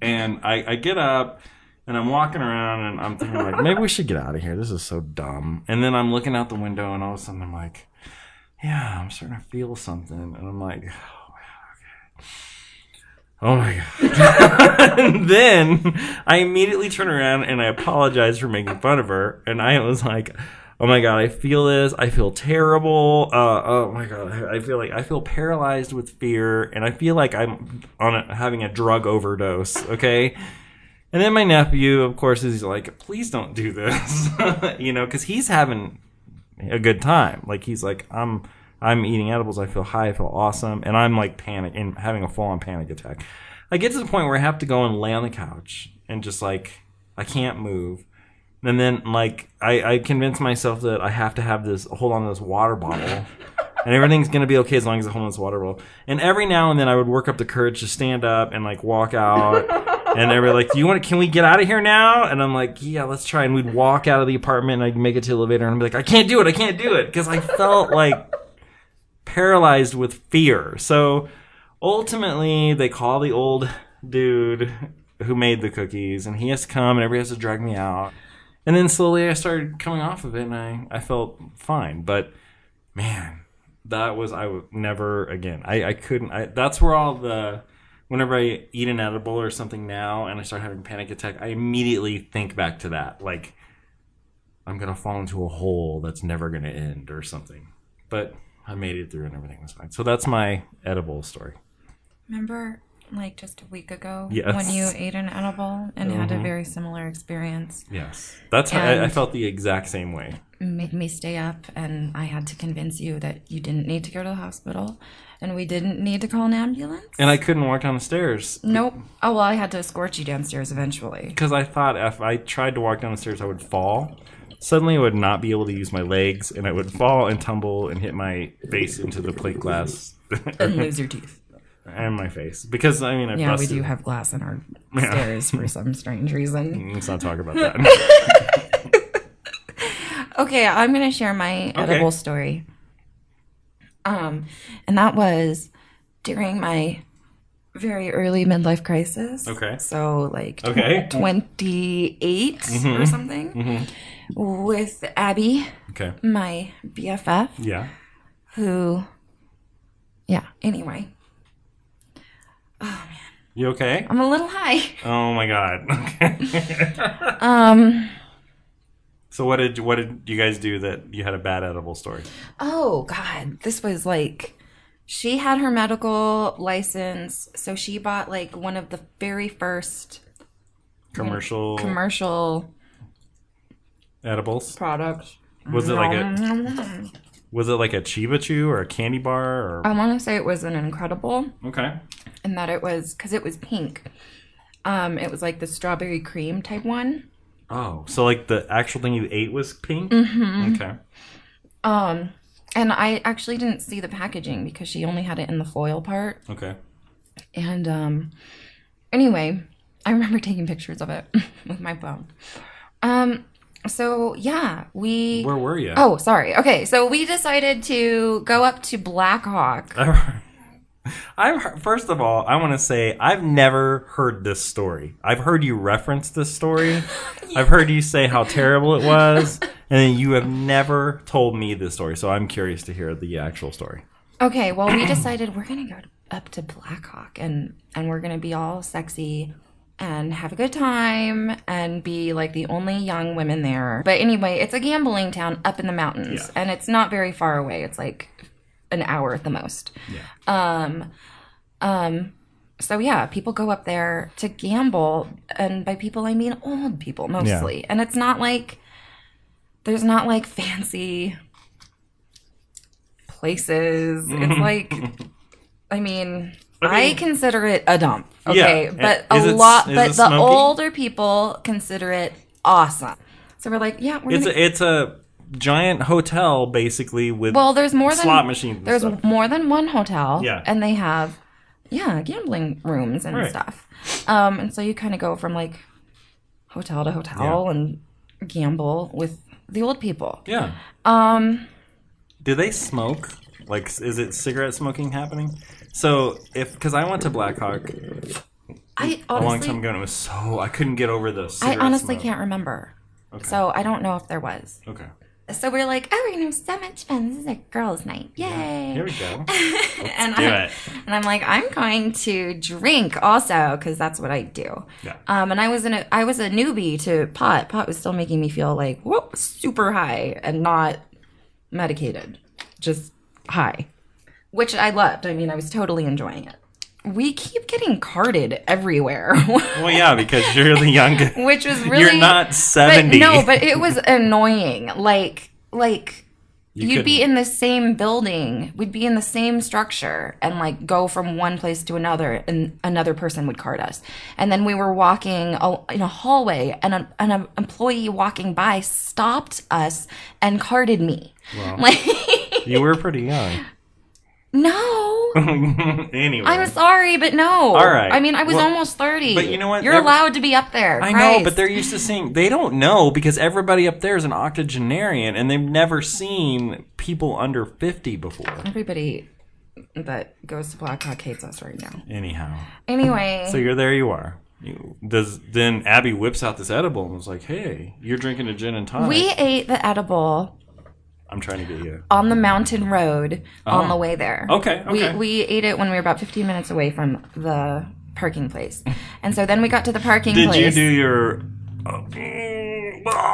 [SPEAKER 2] and I, I get up and I'm walking around and I'm thinking like maybe we should get out of here. This is so dumb. And then I'm looking out the window and all of a sudden I'm like, yeah, I'm starting to feel something. And I'm like, oh my god. okay. Oh my god. and then I immediately turn around and I apologize for making fun of her. And I was like, oh my god, I feel this. I feel terrible. Uh, oh my god, I- I feel like I feel paralyzed with fear, and I feel like I'm on a, having a drug overdose. Okay. And then my nephew, of course, is like, please don't do this, you know, because he's having a good time. Like he's like, I'm I'm eating edibles. I feel high. I feel awesome, and I'm like panic and having a full on panic attack. I get to the point where I have to go and lay on the couch and just like I can't move. And then like I, I convince myself that I have to have this hold on to this water bottle. And everything's gonna be okay as long as I hold on this water bottle. And every now and then I would work up the courage to stand up and like walk out. and they were like, Do you wanna can we get out of here now? And I'm like, Yeah, let's try. And we'd walk out of the apartment and I'd make it to the elevator and I'd be like, I can't do it, I can't do it. Because I felt like paralyzed with fear. So ultimately, they call the old dude who made the cookies, and he has to come, and everybody has to drag me out. And then slowly, I started coming off of it, and I, I felt fine. But man, that was I would never again. I I couldn't. I that's where all the whenever I eat an edible or something now, and I start having a panic attack, I immediately think back to that like. I'm gonna fall into a hole that's never gonna end or something. But I made it through and everything was fine. So that's my edible story.
[SPEAKER 1] Remember, like just a week ago,
[SPEAKER 2] Yes. Mm-hmm.
[SPEAKER 1] when you ate an edible and had a very similar experience,
[SPEAKER 2] Yes, that's how I, I
[SPEAKER 1] And-
[SPEAKER 2] felt the exact same way.
[SPEAKER 1] made me stay up, and I had to convince you that you didn't need to go to the hospital, and we didn't need to call an ambulance.
[SPEAKER 2] And I couldn't walk down the stairs
[SPEAKER 1] Nope. Oh well, I had to escort you downstairs eventually.
[SPEAKER 2] because I thought if I tried to walk down the stairs, I would fall. Suddenly, I would not be able to use my legs, and I would fall and tumble and hit my face into the plate glass
[SPEAKER 1] And lose your teeth.
[SPEAKER 2] and my face. Because I mean, I
[SPEAKER 1] Yeah,
[SPEAKER 2] busted.
[SPEAKER 1] we do have glass in our
[SPEAKER 2] Yeah. Mm.
[SPEAKER 1] stairs for some strange reason.
[SPEAKER 2] Let's not talk about that.
[SPEAKER 1] Okay, I'm gonna share my edible story. Um, and that was during my very early midlife crisis.
[SPEAKER 2] Okay.
[SPEAKER 1] So like
[SPEAKER 2] Okay. Mm-hmm.
[SPEAKER 1] 28 or something with Abby,
[SPEAKER 2] okay.
[SPEAKER 1] my BFF.
[SPEAKER 2] Yeah.
[SPEAKER 1] who yeah anyway
[SPEAKER 2] You okay?
[SPEAKER 1] i'm a little high
[SPEAKER 2] Oh my god. Okay.
[SPEAKER 1] um
[SPEAKER 2] so what did what did you guys do that you had a bad edible story?
[SPEAKER 1] oh god this was like she had her medical license so she bought like one of the very first
[SPEAKER 2] Commercial
[SPEAKER 1] commercial
[SPEAKER 2] edibles.
[SPEAKER 1] products
[SPEAKER 2] Was it like a Was it like a Chiba Chew or a candy bar? Or
[SPEAKER 1] i want to say it was an incredible
[SPEAKER 2] okay,
[SPEAKER 1] and that it was because it was pink um it was like the strawberry cream type one
[SPEAKER 2] oh, so like the actual thing you ate was pink. Okay,
[SPEAKER 1] um and i actually didn't see the packaging because she only had it in the foil part
[SPEAKER 2] okay,
[SPEAKER 1] And um, anyway, I remember taking pictures of it with my phone. Um, so yeah, we.
[SPEAKER 2] where were you?
[SPEAKER 1] Oh, sorry. Okay, so we decided to go up to Blackhawk.
[SPEAKER 2] I'm first of all, I want to say I've never heard this story. I've heard you reference this story. I've heard you say how terrible it was, and then you have never told me this story. So I'm curious to hear the actual story.
[SPEAKER 1] Okay, well, we decided we're gonna go up to Blackhawk and and we're gonna be all sexy and have a good time and be like the only young women there. But anyway, it's a gambling town up in the mountains
[SPEAKER 2] Yeah.
[SPEAKER 1] and it's not very far away. It's like an hour at the most. Um,
[SPEAKER 2] Yeah.
[SPEAKER 1] so yeah, people go up there to gamble, and by people I mean old people mostly. And it's not like there's not like fancy places. It's like I mean, I,
[SPEAKER 2] Mm-hmm. mean-
[SPEAKER 1] consider it a dump. Okay,
[SPEAKER 2] Yeah,
[SPEAKER 1] but
[SPEAKER 2] and is
[SPEAKER 1] a
[SPEAKER 2] it-
[SPEAKER 1] lot,
[SPEAKER 2] is
[SPEAKER 1] but
[SPEAKER 2] it
[SPEAKER 1] the
[SPEAKER 2] smoky?
[SPEAKER 1] older people consider it awesome. So we're like, yeah, we're
[SPEAKER 2] It's
[SPEAKER 1] gonna
[SPEAKER 2] a, it's a giant hotel basically with
[SPEAKER 1] well, there's more than
[SPEAKER 2] slot machines and
[SPEAKER 1] There's
[SPEAKER 2] stuff.
[SPEAKER 1] more than one hotel.
[SPEAKER 2] Yeah.
[SPEAKER 1] and they have yeah gambling rooms and
[SPEAKER 2] Right.
[SPEAKER 1] stuff. Um, and so you kind of go from like hotel to hotel and gamble with the old people.
[SPEAKER 2] yeah.
[SPEAKER 1] Um,
[SPEAKER 2] Do they smoke? Like, s- is it cigarette smoking happening? So, if because I went to Blackhawk
[SPEAKER 1] I
[SPEAKER 2] a long time
[SPEAKER 1] honestly,
[SPEAKER 2] ago, and it was so I couldn't get over the.
[SPEAKER 1] I
[SPEAKER 2] Cigarette
[SPEAKER 1] honestly
[SPEAKER 2] smoke.
[SPEAKER 1] can't remember.
[SPEAKER 2] Okay.
[SPEAKER 1] So I don't know if there was.
[SPEAKER 2] Okay.
[SPEAKER 1] So we're like, oh, we're gonna have so much fun. This is a girls' night, yay!
[SPEAKER 2] Here we go.
[SPEAKER 1] and
[SPEAKER 2] do
[SPEAKER 1] I,
[SPEAKER 2] it.
[SPEAKER 1] and I'm like, I'm going to drink also because that's what I do.
[SPEAKER 2] Yeah.
[SPEAKER 1] Um, and I was in a, I was a newbie to pot. Pot was still making me feel like whoop, super high and not medicated, just high, which I loved. I mean, I was totally enjoying it. We keep getting carded everywhere,
[SPEAKER 2] Well, yeah, because you're the youngest.
[SPEAKER 1] which was really
[SPEAKER 2] you're not
[SPEAKER 1] but
[SPEAKER 2] seventy.
[SPEAKER 1] no, but it was annoying. Like, like
[SPEAKER 2] You
[SPEAKER 1] You'd be
[SPEAKER 2] couldn't-
[SPEAKER 1] in the same building. We'd be in the same structure and like go from one place to another, and another person would card us. And then we were walking a- in a hallway, and a, an em- employee walking by stopped us and carded me. Like,
[SPEAKER 2] You were pretty young.
[SPEAKER 1] no,
[SPEAKER 2] anyway.
[SPEAKER 1] I'm sorry, but no.
[SPEAKER 2] All right.
[SPEAKER 1] I mean, I was
[SPEAKER 2] Well,
[SPEAKER 1] almost 30.
[SPEAKER 2] but you know what?
[SPEAKER 1] You're
[SPEAKER 2] Every-
[SPEAKER 1] allowed to be up there.
[SPEAKER 2] I know, but
[SPEAKER 1] Christ.
[SPEAKER 2] they're used to seeing. They don't know because everybody up there is an octogenarian, and they've never seen people under fifty before.
[SPEAKER 1] Everybody that goes to Blackhawk hates us right now.
[SPEAKER 2] Anyhow,
[SPEAKER 1] Anyway.
[SPEAKER 2] so you're there. You are. You, does then Abby whips out this edible and was like, "Hey, you're drinking a gin and tonic."
[SPEAKER 1] we ate the edible
[SPEAKER 2] I'm trying to get you.
[SPEAKER 1] on the mountain road on
[SPEAKER 2] Oh.
[SPEAKER 1] the way there.
[SPEAKER 2] Okay, okay.
[SPEAKER 1] We, we ate it when we were about 15 minutes away from the parking place. And so then we got to the parking
[SPEAKER 2] Did
[SPEAKER 1] place.
[SPEAKER 2] you do your?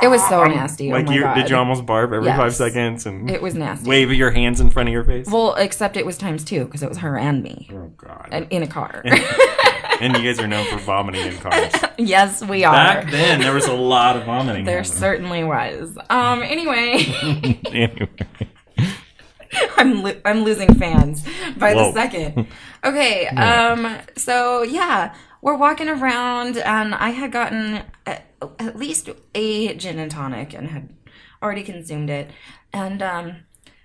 [SPEAKER 1] It was so nasty. oh
[SPEAKER 2] Like
[SPEAKER 1] my
[SPEAKER 2] you?
[SPEAKER 1] God.
[SPEAKER 2] Did you um, almost barf every five
[SPEAKER 1] Yes.
[SPEAKER 2] seconds and
[SPEAKER 1] It was nasty.
[SPEAKER 2] wave your hands in front of your face?
[SPEAKER 1] Well, except it was times two because it was her and me
[SPEAKER 2] oh God!
[SPEAKER 1] and in a car.
[SPEAKER 2] and you guys are known for vomiting in cars.
[SPEAKER 1] yes, we are.
[SPEAKER 2] Back then, there was a lot of vomiting.
[SPEAKER 1] there
[SPEAKER 2] happening.
[SPEAKER 1] certainly was. Um. Anyway,
[SPEAKER 2] anyway.
[SPEAKER 1] I'm lo- I'm losing fans by
[SPEAKER 2] Whoa.
[SPEAKER 1] the second. Okay. Um. So yeah, we're walking around, and I had gotten at, at least a gin and tonic, and had already consumed it, and um,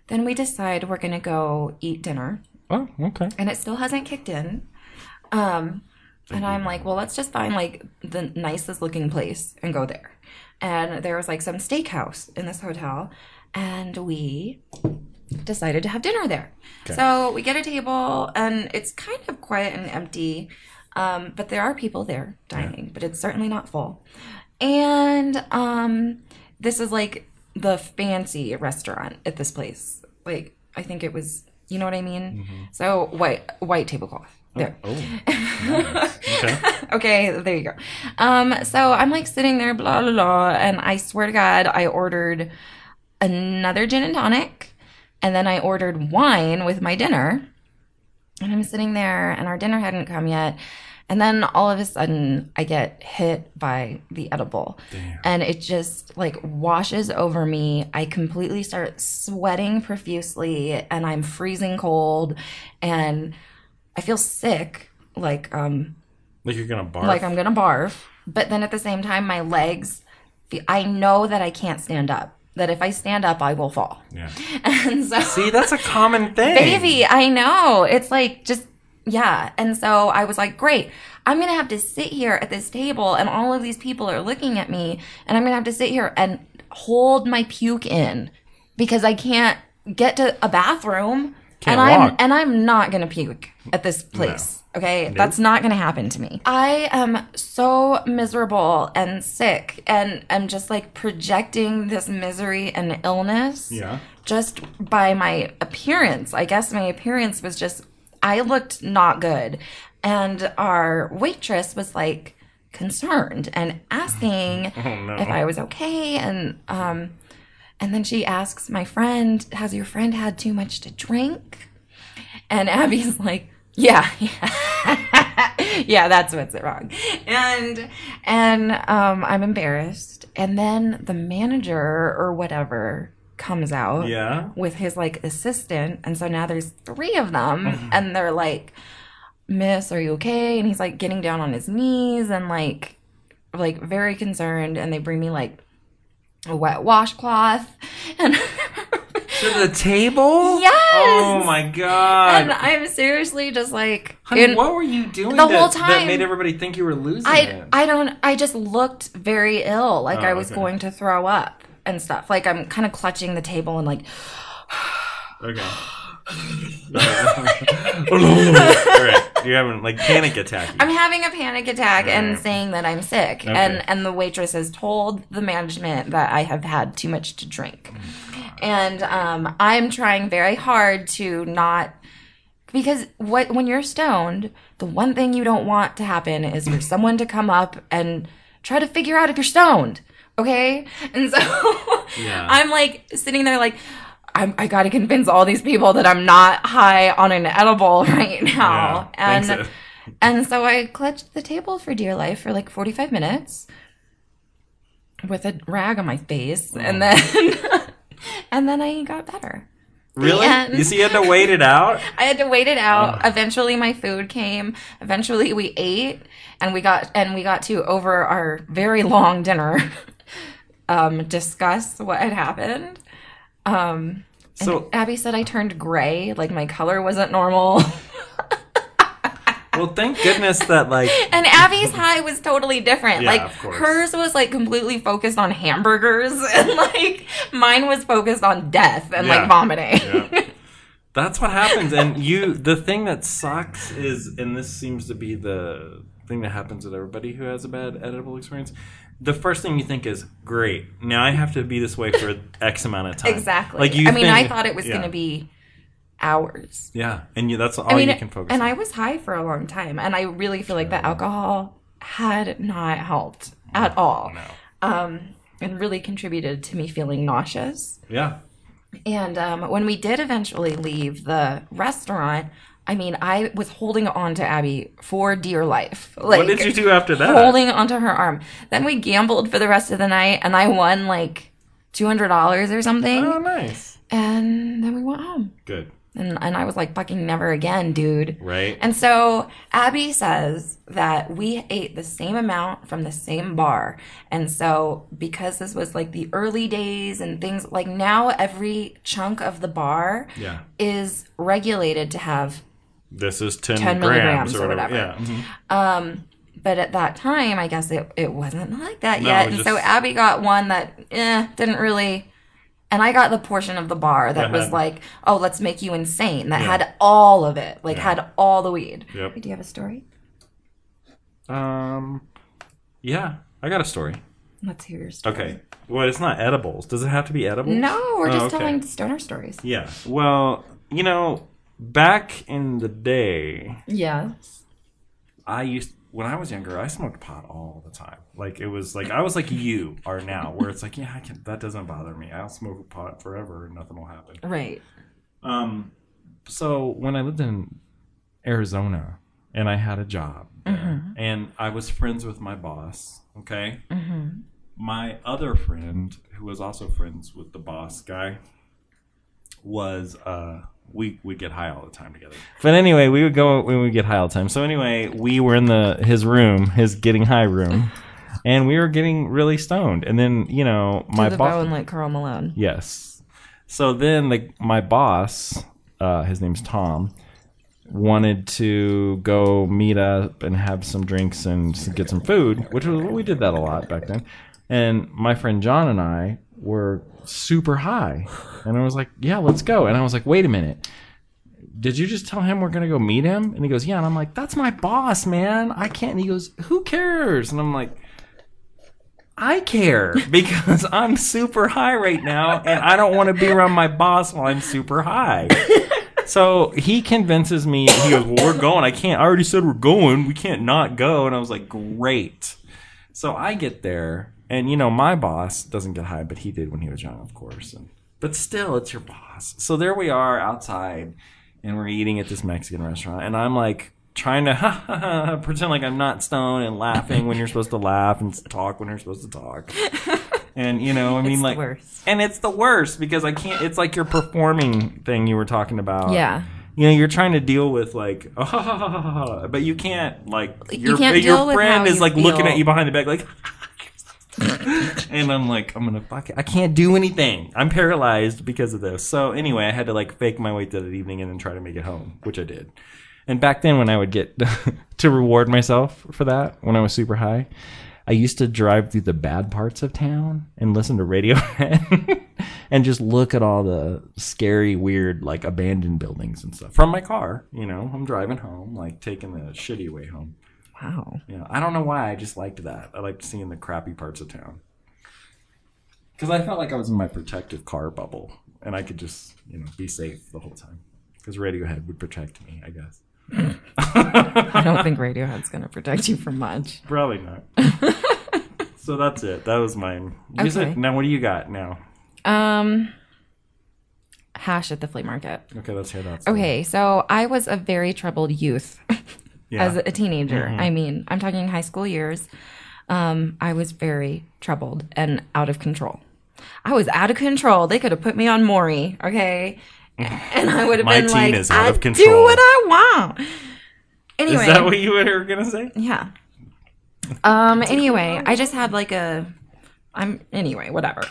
[SPEAKER 1] then we decide we're gonna go eat dinner,
[SPEAKER 2] Oh, okay.
[SPEAKER 1] and it still hasn't kicked in. Um. And I'm like, well, let's just find like the nicest looking place and go there. And there was like some steakhouse in this hotel, and we decided to have dinner there. So we get a table, and it's kind of quiet and empty, um, but there are people there dining, but it's certainly not full. And um, this is like the fancy restaurant at this place. Like I think it was, you know what I mean? So white white tablecloth there
[SPEAKER 2] Oh, Okay.
[SPEAKER 1] okay, there you go. Um, so I'm like sitting there, blah blah blah, and I swear to God, I ordered another gin and tonic, and then I ordered wine with my dinner. And I'm sitting there, and our dinner hadn't come yet. And then all of a sudden, I get hit by the edible. And it just like washes over me. I completely start sweating profusely, and I'm freezing cold. And I feel sick, like um,
[SPEAKER 2] Like you're gonna barf.
[SPEAKER 1] like I'm gonna barf. But then at the same time, my legs, fe- I know that I can't stand up. That if I stand up, I will fall.
[SPEAKER 2] yeah.
[SPEAKER 1] And so,
[SPEAKER 2] See, that's a common thing.
[SPEAKER 1] baby, I know it's like just yeah. And so I was like, great, I'm gonna have to sit here at this table, and all of these people are looking at me, and I'm gonna have to sit here and hold my puke in because I can't get to a bathroom.
[SPEAKER 2] Can't
[SPEAKER 1] and I'm
[SPEAKER 2] walk.
[SPEAKER 1] and I'm not gonna puke at this place. Okay, that's not gonna happen to me. I am so miserable and sick, and I'm just like projecting this misery and illness.
[SPEAKER 2] Yeah.
[SPEAKER 1] Just by my appearance, I guess my appearance was just I looked not good, and our waitress was like concerned and asking if I was okay, and um, and then she asks my friend, "Has your friend had too much to drink?" And Abby's like, yeah, yeah, that's what's wrong. And and um, I'm embarrassed. And then the manager or whatever comes out
[SPEAKER 2] Yeah.
[SPEAKER 1] with his like assistant, and so now there's three of
[SPEAKER 2] Mm-hmm.
[SPEAKER 1] them, and they're like, "Miss, are you okay?" And he's like getting down on his knees and like like very concerned, and they bring me like a wet washcloth and.
[SPEAKER 2] To the table.
[SPEAKER 1] Yes!
[SPEAKER 2] Oh my god.
[SPEAKER 1] And I'm seriously just like
[SPEAKER 2] Honey,
[SPEAKER 1] in-
[SPEAKER 2] what were you
[SPEAKER 1] the
[SPEAKER 2] doing that,
[SPEAKER 1] whole
[SPEAKER 2] that
[SPEAKER 1] time-
[SPEAKER 2] made everybody think you were losing
[SPEAKER 1] I
[SPEAKER 2] it?
[SPEAKER 1] I don't I just looked very ill, like I
[SPEAKER 2] Oh,
[SPEAKER 1] was
[SPEAKER 2] okay.
[SPEAKER 1] going to throw up and stuff. Like I'm kind of clutching the table and like
[SPEAKER 2] okay. Alright, You're having like panic attack.
[SPEAKER 1] I'm having a panic attack and
[SPEAKER 2] Right.
[SPEAKER 1] saying that I'm sick.
[SPEAKER 2] Okay.
[SPEAKER 1] And and the waitress has told the management that I have had too much to drink. And um, I'm trying very hard to not because what when you're stoned, the one thing you don't want to happen is for someone to come up and try to figure out if you're stoned. Okay? And so
[SPEAKER 2] Yeah.
[SPEAKER 1] I'm like sitting there like I'm, I got to convince all these people that I'm not high on an edible right now.
[SPEAKER 2] Yeah,
[SPEAKER 1] and
[SPEAKER 2] thanks,
[SPEAKER 1] and so I clutched the table for dear life for like 45 minutes with a rag on my face and then and then I got better.
[SPEAKER 2] Really?
[SPEAKER 1] end.
[SPEAKER 2] You see, you had to wait it out.
[SPEAKER 1] I had to wait it out. Eventually, my food came. Eventually, we ate, and we got and we got to over our very long dinner, um, discuss what had happened. Um, and
[SPEAKER 2] So-
[SPEAKER 1] Abby said I turned gray, like my color wasn't normal.
[SPEAKER 2] Well, thank goodness that like
[SPEAKER 1] And Abby's high was totally different.
[SPEAKER 2] Yeah,
[SPEAKER 1] like
[SPEAKER 2] of course.
[SPEAKER 1] hers was like completely focused on hamburgers, and like mine was focused on death and
[SPEAKER 2] Yeah.
[SPEAKER 1] like vomiting.
[SPEAKER 2] Yeah. That's what happens. And you, the thing that sucks is, and this seems to be the thing that happens with everybody who has a bad edible experience. The first thing you think is, great, now I have to be this way for X amount of time.
[SPEAKER 1] Exactly.
[SPEAKER 2] Like you
[SPEAKER 1] I mean,
[SPEAKER 2] think-
[SPEAKER 1] I thought it was
[SPEAKER 2] yeah.
[SPEAKER 1] going to be hours.
[SPEAKER 2] Yeah. And you, that's all
[SPEAKER 1] I mean,
[SPEAKER 2] you can focus
[SPEAKER 1] and
[SPEAKER 2] on.
[SPEAKER 1] I was high for a long time, and I really feel like the alcohol had not helped at all,
[SPEAKER 2] no.
[SPEAKER 1] um, and really contributed to me feeling nauseous.
[SPEAKER 2] Yeah.
[SPEAKER 1] And um, when we did eventually leave the restaurant, I mean, I was holding on to Abby for dear life. Like,
[SPEAKER 2] what did you do after that?
[SPEAKER 1] Holding onto her arm. Then we gambled for the rest of the night, and I won like two hundred dollars or something.
[SPEAKER 2] oh, nice.
[SPEAKER 1] and then we went home,
[SPEAKER 2] Good.
[SPEAKER 1] and and I was like, "Fucking never again, dude."
[SPEAKER 2] Right?
[SPEAKER 1] And so Abby says that we ate the same amount from the same bar. And so because this was like the early days and things like now every chunk of the bar
[SPEAKER 2] yeah.
[SPEAKER 1] is regulated to have
[SPEAKER 2] This is 10,
[SPEAKER 1] 10
[SPEAKER 2] grams,
[SPEAKER 1] milligrams or whatever.
[SPEAKER 2] Yeah. mhm.
[SPEAKER 1] but at that time I guess it, it wasn't like that
[SPEAKER 2] No,
[SPEAKER 1] yet.
[SPEAKER 2] it
[SPEAKER 1] And so
[SPEAKER 2] just-
[SPEAKER 1] Abby got one that eh, didn't really and I got the portion of the bar that
[SPEAKER 2] That
[SPEAKER 1] was
[SPEAKER 2] had-
[SPEAKER 1] like, oh, let's make you insane. That
[SPEAKER 2] Yeah.
[SPEAKER 1] had all of it, like
[SPEAKER 2] Yeah.
[SPEAKER 1] had all the weed.
[SPEAKER 2] Yep.
[SPEAKER 1] Wait, Do you have a story?
[SPEAKER 2] mm-hmm. Um, yeah. I got a story.
[SPEAKER 1] Let's hear your story.
[SPEAKER 2] Okay. Well, it's not edibles. Does it have to be edibles?
[SPEAKER 1] No, we're
[SPEAKER 2] Oh,
[SPEAKER 1] just
[SPEAKER 2] okay.
[SPEAKER 1] telling stoner stories.
[SPEAKER 2] Yeah. Well, you know, back in the day,
[SPEAKER 1] Yeah.
[SPEAKER 2] I used when I was younger, I smoked pot all the time. Like it was like I was like you are now, where it's like, yeah, I can that doesn't bother me. I'll smoke pot forever and nothing will happen.
[SPEAKER 1] Right.
[SPEAKER 2] Um, so when I lived in Arizona and I had a job there, and I was friends with my boss, okay? My other friend, who was also friends with the boss guy, was uh we would get high all the time together. But anyway, we would go we would get high all the time. So anyway, we were in the his room, his getting high room, and we were getting really stoned. And then, you know, my
[SPEAKER 1] the
[SPEAKER 2] boss
[SPEAKER 1] bone like Carl Malone.
[SPEAKER 2] Yes. So then the, my boss, uh, his name's Tom, wanted to go meet up and have some drinks and s- get some food, which was we did that a lot back then. And my friend John and I were super high, and I was like, "Yeah, let's go." And I was like, "Wait a minute." Did you just tell him we're gonna go meet him? And he goes, Yeah. And I'm like, That's my boss, man. I can't. And he goes, Who cares? And I'm like, I care because I'm super high right now and I don't want to be around my boss while I'm super high. So he convinces me, he goes, Well, we're going. I can't, I already said we're going. We can't not go. And I was like, Great. So I get there and, you know, my boss doesn't get high, but he did when he was young, of course. And, but still, it's your boss. So there we are outside and we're eating at this Mexican restaurant. And I'm like, trying to ha, ha, ha, pretend like I'm not stoned and laughing when you're supposed to laugh and talk when you're supposed to talk. And you know, I mean,
[SPEAKER 1] the
[SPEAKER 2] like,
[SPEAKER 1] worst.
[SPEAKER 2] and it's the worst because I can't. It's like your performing thing you were talking about.
[SPEAKER 1] Yeah.
[SPEAKER 2] You know, you're trying to deal with like, but you can't like your
[SPEAKER 1] can't
[SPEAKER 2] your
[SPEAKER 1] deal with
[SPEAKER 2] friend
[SPEAKER 1] how
[SPEAKER 2] is
[SPEAKER 1] you
[SPEAKER 2] like looking
[SPEAKER 1] feel.
[SPEAKER 2] at you behind the back like. and I'm like, I'm gonna fuck it. I can't do anything. I'm paralyzed because of this. So anyway, I had to like fake my way through the evening and then try to make it home, which I did. And back then, when I would get to reward myself for that, when I was super high, I used to drive through the bad parts of town and listen to Radiohead and just look at all the scary, weird, like abandoned buildings and stuff from my car. You know, I'm driving home, like taking the shitty way home.
[SPEAKER 1] Wow.
[SPEAKER 2] Yeah, I don't know why. I just liked that. I liked seeing the crappy parts of town. Because I felt like I was in my protective car bubble, and I could just, you know, be safe the whole time. Because Radiohead would protect me, I guess.
[SPEAKER 1] I don't think Radiohead's going to protect you from much.
[SPEAKER 2] Probably not. so that's it. That was mine. You said-
[SPEAKER 1] Okay.
[SPEAKER 2] now, what do you got now?
[SPEAKER 1] Um, hash at the flea market.
[SPEAKER 2] Okay, let's hear that. story.
[SPEAKER 1] Okay, so I was a very troubled youth
[SPEAKER 2] Yeah. Mm-hmm.
[SPEAKER 1] as a teenager. I mean, I'm talking high school years. Um, I was very troubled and out of control. I was out of control. They could have put me on Maury, okay? And I would have
[SPEAKER 2] Mm-hmm. My
[SPEAKER 1] been
[SPEAKER 2] teen
[SPEAKER 1] like,
[SPEAKER 2] is out
[SPEAKER 1] I
[SPEAKER 2] of
[SPEAKER 1] do
[SPEAKER 2] control."
[SPEAKER 1] what I want. Anyway,
[SPEAKER 2] Is that what you were gonna say?
[SPEAKER 1] yeah. Um. Anyway, I just had like a. I'm anyway, whatever.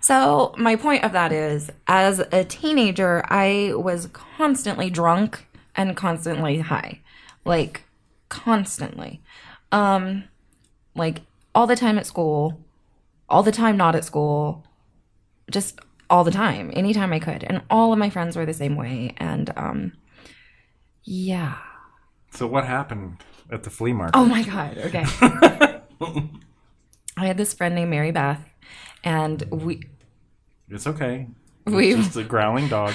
[SPEAKER 1] So my point of that is, as a teenager, I was constantly drunk and constantly high, like constantly, um, like all the time at school, all the time not at school, just all the time, anytime I could, and all of my friends were the same way, and um, yeah.
[SPEAKER 2] So what happened at the flea market?
[SPEAKER 1] Oh my god. Okay. I had this friend named Mary Beth, and we
[SPEAKER 2] It's okay.
[SPEAKER 1] we
[SPEAKER 2] It's just a growling dog.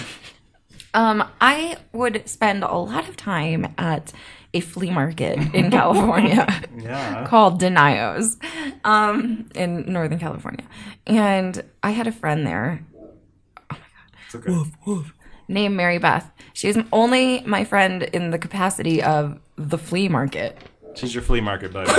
[SPEAKER 1] um I would spend a lot of time at a flea market in California.
[SPEAKER 2] Yeah.
[SPEAKER 1] called Denios um, in Northern California. And I had a friend there
[SPEAKER 2] It's okay.
[SPEAKER 1] named Mary Beth. She was only my friend in the capacity of the flea market.
[SPEAKER 2] She's your flea market buddy.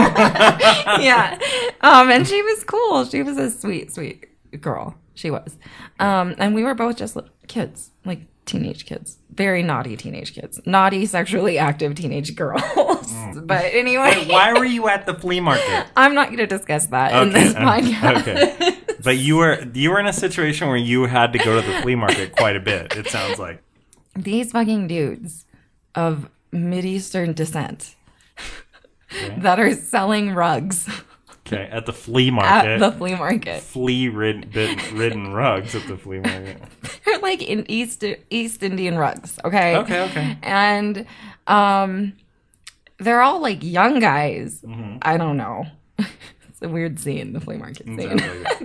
[SPEAKER 1] yeah. Um, and she was cool. She was a sweet, sweet girl. She was. Um, and we were both just li- kids, like teenage kids, very naughty teenage kids, naughty, sexually active teenage girls.
[SPEAKER 2] Oh.
[SPEAKER 1] but anyway,
[SPEAKER 2] Why were you at the flea market?
[SPEAKER 1] I'm not going to discuss that in
[SPEAKER 2] Okay,
[SPEAKER 1] this
[SPEAKER 2] okay,
[SPEAKER 1] podcast.
[SPEAKER 2] okay. But you were you were in a situation where you had to go to the flea market quite a bit. It sounds like.
[SPEAKER 1] These fucking dudes of Mideastern descent that are selling rugs
[SPEAKER 2] Okay, at the flea
[SPEAKER 1] at
[SPEAKER 2] market.
[SPEAKER 1] the flea market.
[SPEAKER 2] flea rid- bid- ridden rugs at the flea market.
[SPEAKER 1] They're like in East East Indian rugs, okay?
[SPEAKER 2] Okay, okay.
[SPEAKER 1] And um they're all like young guys.
[SPEAKER 2] Mm-hmm.
[SPEAKER 1] I don't know. it's a weird scene, the flea market scene.
[SPEAKER 2] Exactly.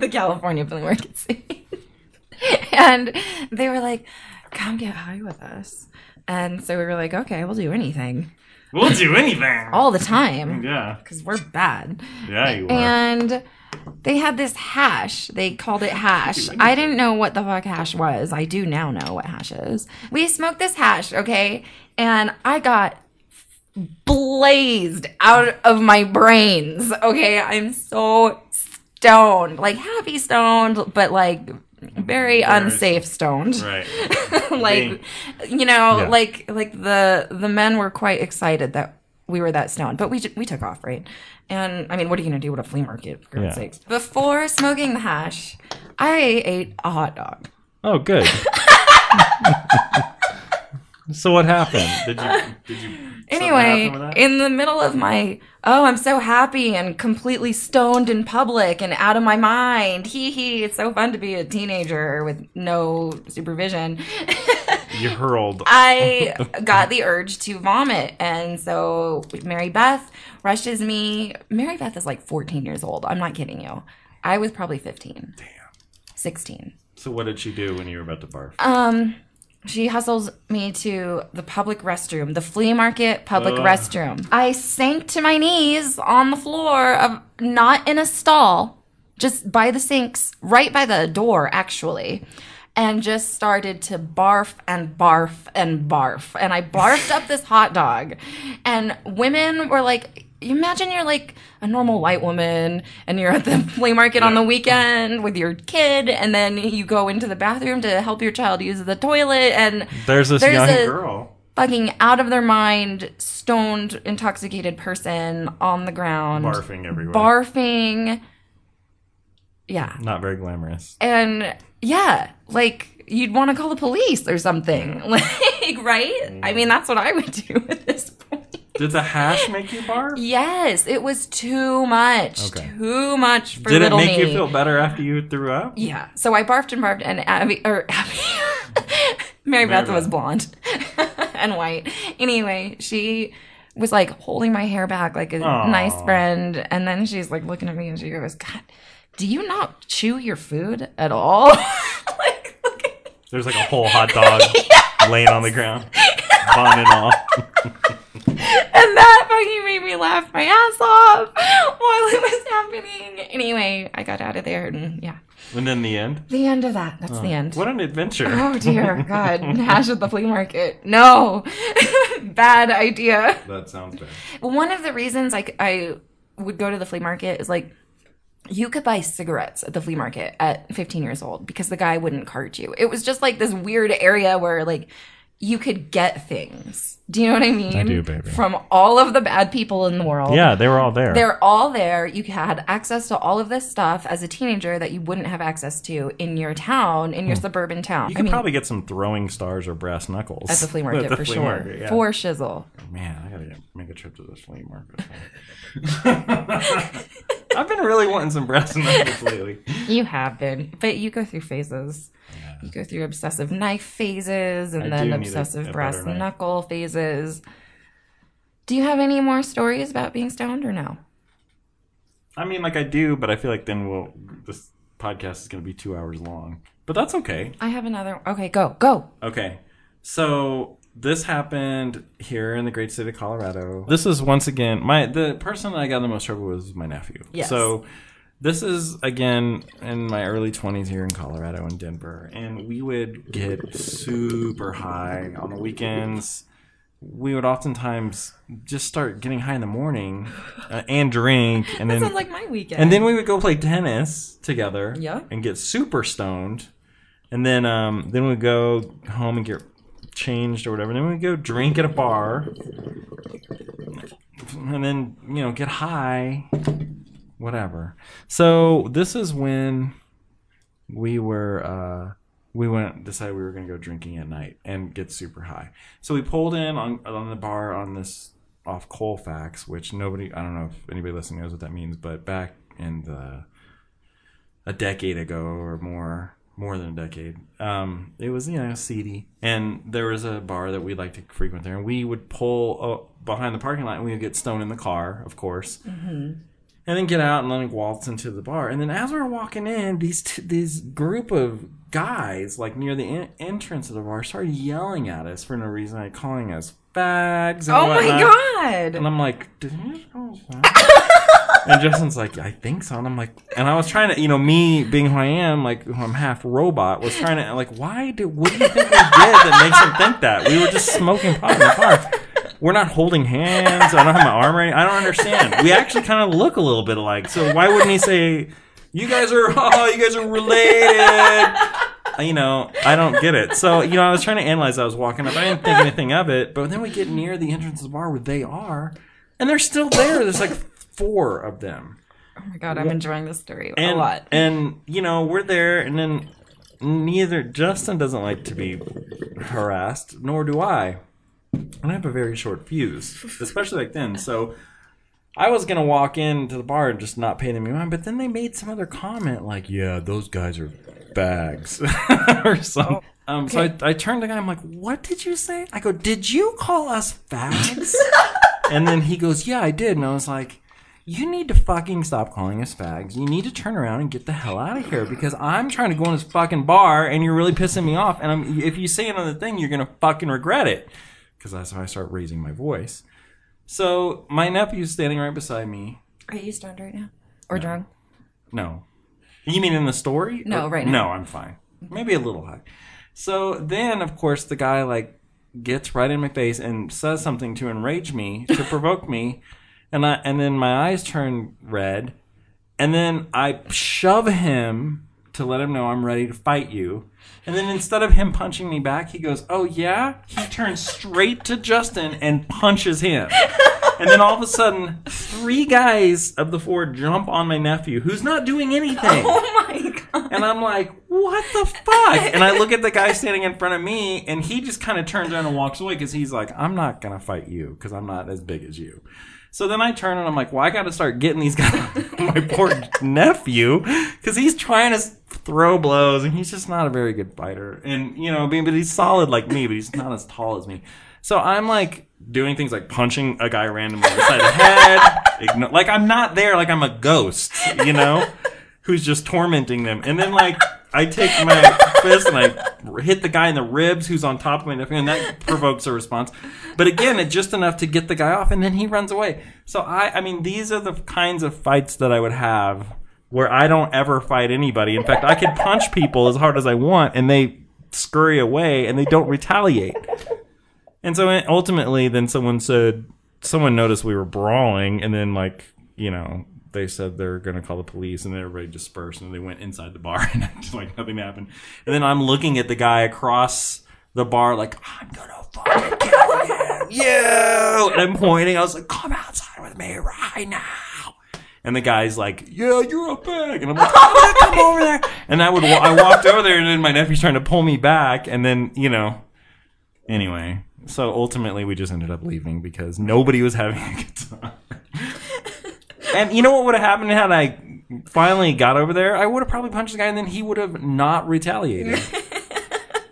[SPEAKER 1] the California flea market scene. and they were like, "Come get high with us." And so we were like, "Okay, we'll do anything
[SPEAKER 2] We'll do anything.
[SPEAKER 1] all the time
[SPEAKER 2] yeah,
[SPEAKER 1] cuz we're bad."
[SPEAKER 2] yeah, you are.
[SPEAKER 1] and they had this hash. They called it hash. I didn't know what the fuck hash was. I do now know what hash is. We smoked this hash, okay? And I got blazed out of my brains, okay? I'm so stoned, like happy stoned, but like very unsafe stoned.
[SPEAKER 2] Right.
[SPEAKER 1] like you know,
[SPEAKER 2] Yeah.
[SPEAKER 1] like like the the men were quite excited that we were that stoned, but we j- we took off right. And I mean, what are you gonna do with a flea market? For God's
[SPEAKER 2] Yeah.
[SPEAKER 1] sakes! Before smoking the hash, I ate a hot dog.
[SPEAKER 2] Oh, good. so what happened? Did you? Did you? something
[SPEAKER 1] Anyway,
[SPEAKER 2] happen with that?
[SPEAKER 1] in the middle of my oh, I'm so happy and completely stoned in public and out of my mind. Hee hee! It's so fun to be a teenager with no supervision.
[SPEAKER 2] you hurled.
[SPEAKER 1] I got the urge to vomit. And so Mary Beth rushes me. Mary Beth is like 14 years old. I'm not kidding you. I was probably 15. Damn. 16.
[SPEAKER 2] so what did she do when you were about to barf?
[SPEAKER 1] Uh, She hustles me to the public restroom, the flea market public
[SPEAKER 2] Ugh.
[SPEAKER 1] restroom. I sank to my knees on the floor of not in a stall, just by the sinks, right by the door actually, and just started to barf and barf and barf. And I barfed up this hot dog. And women were like Imagine you're like a normal white woman and you're at the flea market on the weekend with your kid, and then you go into the bathroom to help your child use the toilet, and
[SPEAKER 2] there's this
[SPEAKER 1] there's
[SPEAKER 2] young
[SPEAKER 1] a-
[SPEAKER 2] girl.
[SPEAKER 1] fucking out of their mind, stoned, intoxicated person on the ground,
[SPEAKER 2] barfing everywhere.
[SPEAKER 1] barfing. Yeah.
[SPEAKER 2] Not very glamorous.
[SPEAKER 1] And yeah, like you'd want to call the police or something. Like, right? I mean, that's what I would do at this point.
[SPEAKER 2] Did the hash make you barf?
[SPEAKER 1] Yes, it was too much.
[SPEAKER 2] Okay.
[SPEAKER 1] Too much for
[SPEAKER 2] Did it
[SPEAKER 1] little
[SPEAKER 2] make
[SPEAKER 1] me.
[SPEAKER 2] you feel better after you threw up?
[SPEAKER 1] Yeah. So I barfed and barfed, and Abby or Abby, Mary
[SPEAKER 2] Mary
[SPEAKER 1] Beth was
[SPEAKER 2] Beth.
[SPEAKER 1] blonde and white. Anyway, she was like holding my hair back like a
[SPEAKER 2] Aw.
[SPEAKER 1] nice friend, and then she's like looking at me and she goes, "God, do you not chew your food at all?" like, look at me.
[SPEAKER 2] There's like a whole hot dog laying on the ground, vomiting off.
[SPEAKER 1] and that fucking made me laugh my ass off while it was happening. Anyway, I got out of there, and yeah,
[SPEAKER 2] And then the end.
[SPEAKER 1] the end of that. That's the end.
[SPEAKER 2] What an adventure.
[SPEAKER 1] Oh dear God, Nash at the flea market. No, bad idea.
[SPEAKER 2] That sounds bad.
[SPEAKER 1] One of the reasons I, c- I would go to the flea market is like you could buy cigarettes at the flea market at 15 years old because the guy wouldn't card you. It was just like this weird area where like you could get things. Do you know what I mean? I
[SPEAKER 2] do, baby.
[SPEAKER 1] From all of the bad people in the world.
[SPEAKER 2] Yeah, they were all there.
[SPEAKER 1] They're all there. You had access to all of this stuff as a teenager that you wouldn't have access to in your town, in
[SPEAKER 2] Hmm.
[SPEAKER 1] your suburban town.
[SPEAKER 2] you
[SPEAKER 1] I
[SPEAKER 2] could
[SPEAKER 1] mean,
[SPEAKER 2] probably get some throwing stars or brass knuckles
[SPEAKER 1] at the flea market
[SPEAKER 2] the
[SPEAKER 1] for
[SPEAKER 2] flea
[SPEAKER 1] sure.
[SPEAKER 2] market, yeah.
[SPEAKER 1] For shizzle.
[SPEAKER 2] Man, I gotta get, make a trip to this flea market. I've been really wanting some brass knuckles lately.
[SPEAKER 1] You have been, but you go through phases. You go through obsessive knife phases and
[SPEAKER 2] I do
[SPEAKER 1] then
[SPEAKER 2] need a-
[SPEAKER 1] obsessive
[SPEAKER 2] a
[SPEAKER 1] brass
[SPEAKER 2] better knife.
[SPEAKER 1] knuckle phases. Do you have any more stories about being stoned or no?
[SPEAKER 2] I mean, like I do, but I feel like then we'll this podcast is gonna be two hours long. But that's okay.
[SPEAKER 1] I have another. Okay, go, go.
[SPEAKER 2] Okay. So this happened here in the great state of Colorado. This is once again my the person that I got in the most trouble with was my nephew.
[SPEAKER 1] Yes.
[SPEAKER 2] So this is again in my early 20s here in Colorado in Denver and we would get super high on the weekends. We would oftentimes just start getting high in the morning uh, and drink and
[SPEAKER 1] That
[SPEAKER 2] then
[SPEAKER 1] sounds like my weekend.
[SPEAKER 2] and then we would go play tennis together.
[SPEAKER 1] Yeah.
[SPEAKER 2] And get super stoned. And then um then we'd go home and get changed or whatever. And then we'd go drink at a bar. And then, you know, get high. Whatever. So this is when we were uh we went decided we were gonna go drinking at night and get super high. So we pulled in on on the bar on this off Colfax, which nobody I don't know if anybody listening knows what that means, but back in the a decade ago or more more than a decade um it was you know seedy and there was a bar that we like to frequent there and we would pull uh, behind the parking lot and we would get stoned in the car of course
[SPEAKER 1] Mm-hmm.
[SPEAKER 2] and then get out and like waltz into the bar. And then as we were walking in, these t- these group of guys like near the en- entrance of the bar started yelling at us for no reason, like calling us fags. And
[SPEAKER 1] oh my
[SPEAKER 2] whatnot.
[SPEAKER 1] god!
[SPEAKER 2] And I'm like, did you just call us fags? and Justin's like, I think so. And I'm like, and I was trying to, you know, me being who I am, like who I'm half robot, was trying to like, why do what do you think we did that makes them think that we were just smoking pot in the car? We're not holding hands. I don't have my arm right. I don't understand. We actually kind of look a little bit alike. So why wouldn't he say, you guys are, oh, you guys are related? you know, I don't get it. So, you know, I was trying to analyze. I was walking up. I didn't think anything of it. But then we get near the entrance of the bar where they are, and they're still there. There's like four of them.
[SPEAKER 1] Oh my god, I'm enjoying this story
[SPEAKER 2] And,
[SPEAKER 1] a lot.
[SPEAKER 2] And, you know, we're there, and then neither Justin doesn't like to be harassed, nor do I. And I have a very short fuse, especially like then. So I was gonna walk into the bar and just not pay them any mind, but then they made some other comment like, "Yeah, those guys are bags," or something.
[SPEAKER 1] Oh,
[SPEAKER 2] Um, so I, I turned to the guy. I'm like, "What did you say?" I go, "Did you call us fags?" and then he goes, "Yeah, I did." And I was like, "You need to fucking stop calling us fags. You need to turn around and get the hell out of here because I'm trying to go in this fucking bar and you're really pissing me off. And I'm, if you say another thing, you're gonna fucking regret it." Because that's how I start raising my voice. So my nephew's standing right beside me.
[SPEAKER 1] Are you stoned right now or drunk?
[SPEAKER 2] No, you mean in the story?
[SPEAKER 1] No,
[SPEAKER 2] Or-
[SPEAKER 1] right
[SPEAKER 2] No, I'm fine. Maybe a little high. So then, of course, the guy like gets right in my face and says something to enrage me, to provoke me, and I and then my eyes turn red, and then I shove him to let him know I'm ready to fight you. And then instead of him punching me back, he goes, "Oh yeah." He turns straight to Justin and punches him. And then all of a sudden, three guys of the four jump on my nephew, who's not doing anything.
[SPEAKER 1] Oh my god!
[SPEAKER 2] And I'm like, what the fuck? And I look at the guy standing in front of me, and he just kind of turns around and walks away because he's like, I'm not going to fight you because I'm not as big as you. So then I turn and I'm like, well, I got to start getting these guys, my poor nephew, because he's trying to s- throw blows, and he's just not a very good fighter. And, you know, I mean, but he's solid like me, but he's not as tall as me. So I'm like doing things like punching a guy randomly inside the head. Igno- like I'm not there, like I'm a ghost, you know? who's just tormenting them. And then like I take my fist and I hit the guy in the ribs who's on top of my nephew, and that provokes a response. But again, it's just enough to get the guy off, and then he runs away. So I, I mean, these are the kinds of fights that I would have where I don't ever fight anybody. In fact, I could punch people as hard as I want, and they scurry away and they don't retaliate. And so ultimately, then someone said, someone noticed we were brawling, and then like you know they said they're going to call the police, and then everybody dispersed, and they went inside the bar, and just like nothing happened. And then I'm looking at the guy across the bar, like I'm gonna fucking kill you, you. And I'm pointing. I was like, "Come outside with me right now." And the guy's like, "Yeah, you're a pig," and I'm like, "Oh, "Come over there." And I would, wa- I walked over there, and then my nephew's trying to pull me back, and then you know, anyway. So ultimately, we just ended up leaving because nobody was having a good time. and you know what would have happened had I finally got over there? I would have probably punched the guy, and then he would have not retaliated,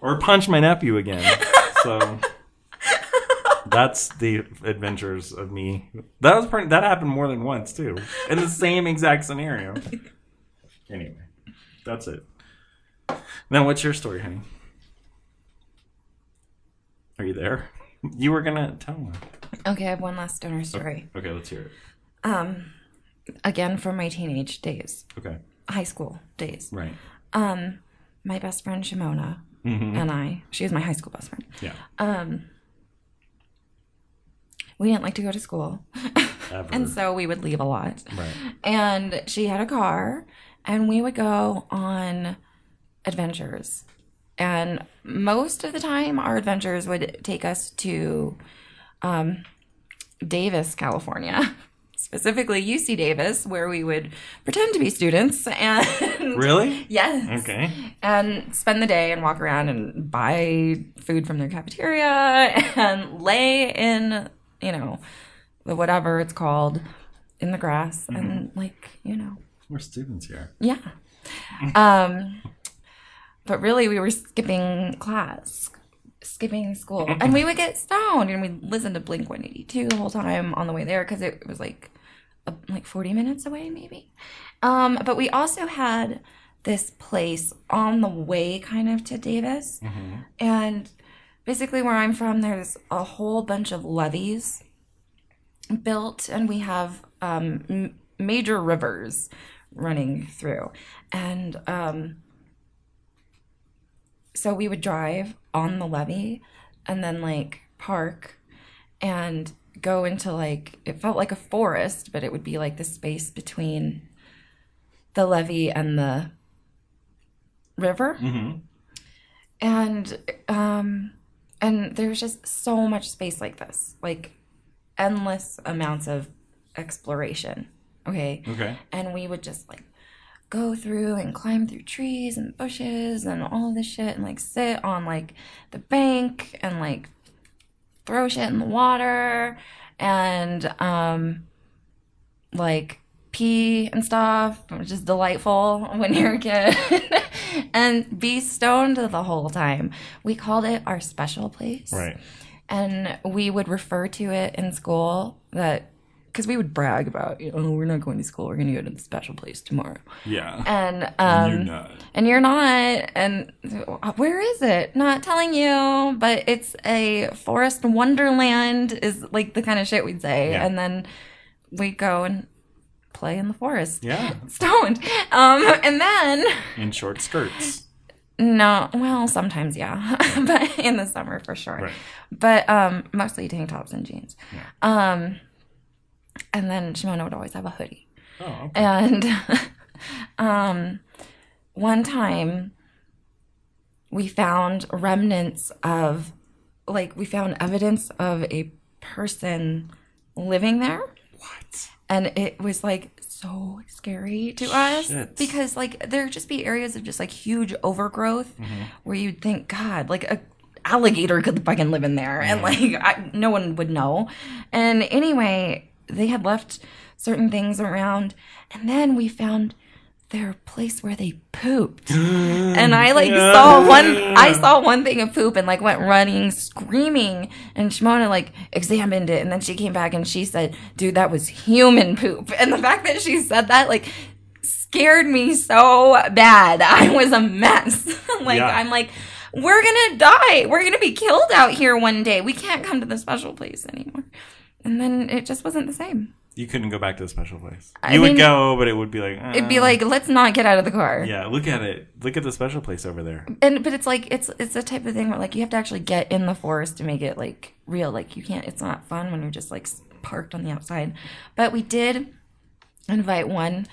[SPEAKER 2] or punched my nephew again. So. That's the adventures of me. That was pretty, that happened more than once too, in the same exact scenario. Anyway, that's it. Now, what's your story, honey? Are you there? You were gonna tell one.
[SPEAKER 1] Okay, I have one last stoner story.
[SPEAKER 2] Okay, let's hear it.
[SPEAKER 1] Again, from my teenage days,
[SPEAKER 2] Okay,
[SPEAKER 1] high school days.
[SPEAKER 2] right.
[SPEAKER 1] My best friend Shimona
[SPEAKER 2] Mm-hmm.
[SPEAKER 1] and I, she was my high school best friend.
[SPEAKER 2] Yeah.
[SPEAKER 1] We didn't like to go to school,
[SPEAKER 2] Ever.
[SPEAKER 1] and so we would leave a lot.
[SPEAKER 2] right.
[SPEAKER 1] And she had a car, and we would go on adventures. And most of the time, our adventures would take us to um, Davis, California, specifically UC Davis, where we would pretend to be students and
[SPEAKER 2] Really?
[SPEAKER 1] yes,
[SPEAKER 2] Okay.
[SPEAKER 1] and spend the day and walk around and buy food from their cafeteria and lay in, you know, the whatever it's called in the grass and like, you know,
[SPEAKER 2] We're students here.
[SPEAKER 1] yeah. Um but really we were skipping class, skipping school. And we would get stoned and we'd listen to Blink 182 the whole time on the way there cuz it was like uh, like 40 minutes away maybe. Um but we also had this place on the way kind of to Davis. And basically where I'm from there's a whole bunch of levees built and we have um, m- major rivers running through and um, so we would drive on the levee and then like park and go into like it felt like a forest but it would be like the space between the levee and the river and um and there was just so much space like this like endless amounts of exploration. Okay.
[SPEAKER 2] Okay.
[SPEAKER 1] And we would just like go through and climb through trees and bushes and all of this shit and like sit on like the bank and like throw shit in the water and um like pee and stuff which is delightful when you're a kid and be stoned the whole time we called it our special place
[SPEAKER 2] Right.
[SPEAKER 1] and we would refer to it in school that because we would brag about you know "Oh, we're not going to school we're going to go to the special place tomorrow
[SPEAKER 2] Yeah.
[SPEAKER 1] and um
[SPEAKER 2] You're not.
[SPEAKER 1] and you're not and uh, where is it not telling you but it's a forest wonderland is like the kind of shit we'd say
[SPEAKER 2] Yeah.
[SPEAKER 1] and then we go and play in the forest
[SPEAKER 2] Yeah.
[SPEAKER 1] stoned um and then
[SPEAKER 2] In short skirts.
[SPEAKER 1] no well sometimes yeah but in the summer for sure
[SPEAKER 2] Right.
[SPEAKER 1] but um, mostly tank tops and jeans. Um, and then Shimona would always have a hoodie.
[SPEAKER 2] Oh. Okay.
[SPEAKER 1] And um, one time, we found remnants of, like, we found evidence of a person living there
[SPEAKER 2] What?
[SPEAKER 1] and it was like so scary to us
[SPEAKER 2] Shit.
[SPEAKER 1] because like there'd just be areas of just like huge overgrowth where you'd think god like a alligator could fucking live in there and like I, no one would know and anyway they had left certain things around and then we found their place where they pooped and I like saw one I saw one thing of poop and like went running screaming and Shimona like examined it and then she came back and she said, "Dude, that was human poop." And the fact that she said that like scared me so bad. I was a mess. like
[SPEAKER 2] Yeah.
[SPEAKER 1] I'm like we're going to die. We're going to be killed out here one day. We can't come to the special place anymore. And then it just wasn't the same.
[SPEAKER 2] You couldn't go back to the special place.
[SPEAKER 1] I
[SPEAKER 2] you
[SPEAKER 1] mean,
[SPEAKER 2] would go, but it would be like.
[SPEAKER 1] It'd be
[SPEAKER 2] "Uh."
[SPEAKER 1] like, let's not get out of the car.
[SPEAKER 2] Yeah, look at it. Look at the special place over there.
[SPEAKER 1] and but it's like it's it's the type of thing where like you have to actually get in the forest to make it like real like you can't it's not fun when you're just like s- parked on the outside but we did invite one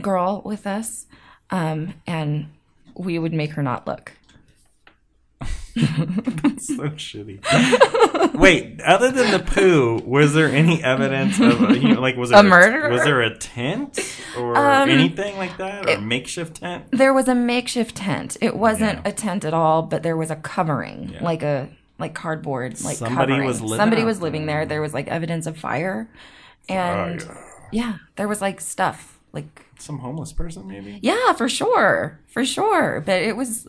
[SPEAKER 1] girl with us, um, and we would make her not look.
[SPEAKER 2] so shitty. Wait, other than the poo, was there any evidence of a, you know, like was there
[SPEAKER 1] murderer?
[SPEAKER 2] Was there a tent or
[SPEAKER 1] Um,
[SPEAKER 2] anything like that, or a makeshift tent?
[SPEAKER 1] There was a makeshift tent. It wasn't a tent at all, but there was a covering, like a like cardboard, like
[SPEAKER 2] Somebody
[SPEAKER 1] covering.
[SPEAKER 2] was living
[SPEAKER 1] Somebody
[SPEAKER 2] out
[SPEAKER 1] was living there. There was like evidence of fire, and yeah, there was like stuff, like
[SPEAKER 2] Some homeless person, maybe.
[SPEAKER 1] Yeah, for sure. For sure. But it was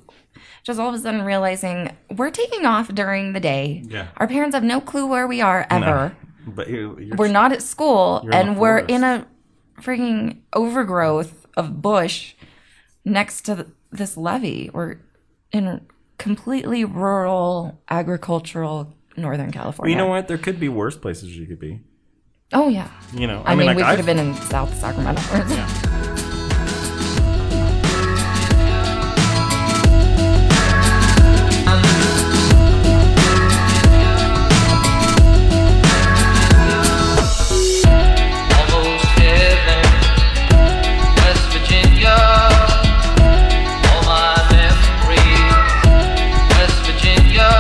[SPEAKER 1] just all of a sudden realizing we're taking off during the day.
[SPEAKER 2] Yeah.
[SPEAKER 1] Our parents have no clue where we are ever.
[SPEAKER 2] But you're, you're
[SPEAKER 1] We're not at school
[SPEAKER 2] You're in
[SPEAKER 1] and
[SPEAKER 2] the
[SPEAKER 1] we're
[SPEAKER 2] forest.
[SPEAKER 1] in a freaking overgrowth of bush next to th- this levee. We're in completely rural agricultural northern
[SPEAKER 2] Well,
[SPEAKER 1] California.
[SPEAKER 2] you know what? There could be worse places you could be.
[SPEAKER 1] Oh yeah.
[SPEAKER 2] You know,
[SPEAKER 1] I, mean,
[SPEAKER 2] like
[SPEAKER 1] we
[SPEAKER 2] I've-
[SPEAKER 1] could have been in South Sacramento.
[SPEAKER 4] Almost heaven, West Virginia. All my memories, West Virginia.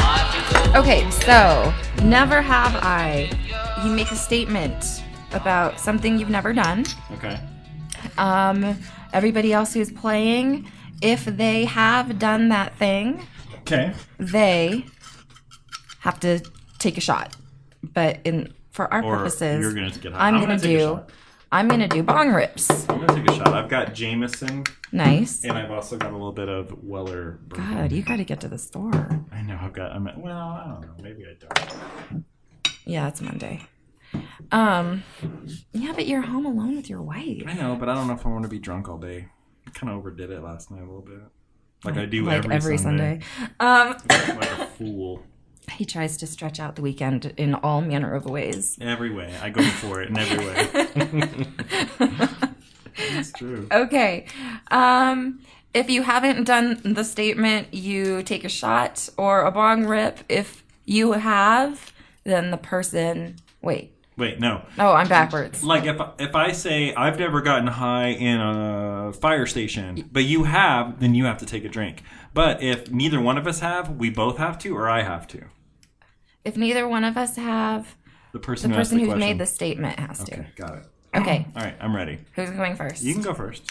[SPEAKER 4] I'd be
[SPEAKER 1] Okay, so never have I. You make a statement about something you've never done.
[SPEAKER 2] Okay.
[SPEAKER 1] Um, everybody else who's playing, if they have done that thing,
[SPEAKER 2] Okay.
[SPEAKER 1] they have to take a shot. But in for our
[SPEAKER 2] Or
[SPEAKER 1] purposes,
[SPEAKER 2] you're gonna get high.
[SPEAKER 1] I'm,
[SPEAKER 2] I'm
[SPEAKER 1] gonna,
[SPEAKER 2] gonna take a
[SPEAKER 1] do.
[SPEAKER 2] shot.
[SPEAKER 1] I'm gonna do bong rips.
[SPEAKER 2] I'm gonna take a shot. I've got Jameson,
[SPEAKER 1] Nice.
[SPEAKER 2] and I've also got a little bit of Weller. bourbon.
[SPEAKER 1] God, you gotta get to the store.
[SPEAKER 2] I know. I've got. I'm. At, well, I don't know. Maybe I don't.
[SPEAKER 1] Yeah, it's Monday. Um, yeah, but you're home alone with your wife.
[SPEAKER 2] I know, but I don't know if I want to be drunk all day. I kind of overdid it last night a little bit. Like I do
[SPEAKER 1] like
[SPEAKER 2] every, Sunday.
[SPEAKER 1] Um,
[SPEAKER 2] Like a fool.
[SPEAKER 1] he tries to stretch out the weekend in all manner of ways.
[SPEAKER 2] Every way. I go for it in every way. it's true.
[SPEAKER 1] Okay. Um, if you haven't done the statement, you take a shot or a bong rip. If you have, then the person. Wait.
[SPEAKER 2] Wait, no.
[SPEAKER 1] Oh, I'm backwards.
[SPEAKER 2] Like if if I say I've never gotten high in a fire station, but you have, then you have to take a drink. But if neither one of us have, we both have to, or I have to.
[SPEAKER 1] If neither one of us have,
[SPEAKER 2] The person
[SPEAKER 1] the
[SPEAKER 2] who asked
[SPEAKER 1] person
[SPEAKER 2] the
[SPEAKER 1] who's
[SPEAKER 2] question.
[SPEAKER 1] made the statement has
[SPEAKER 2] Okay, got it.
[SPEAKER 1] to. Okay.
[SPEAKER 2] All right, I'm ready.
[SPEAKER 1] Who's going first?
[SPEAKER 2] You can go first.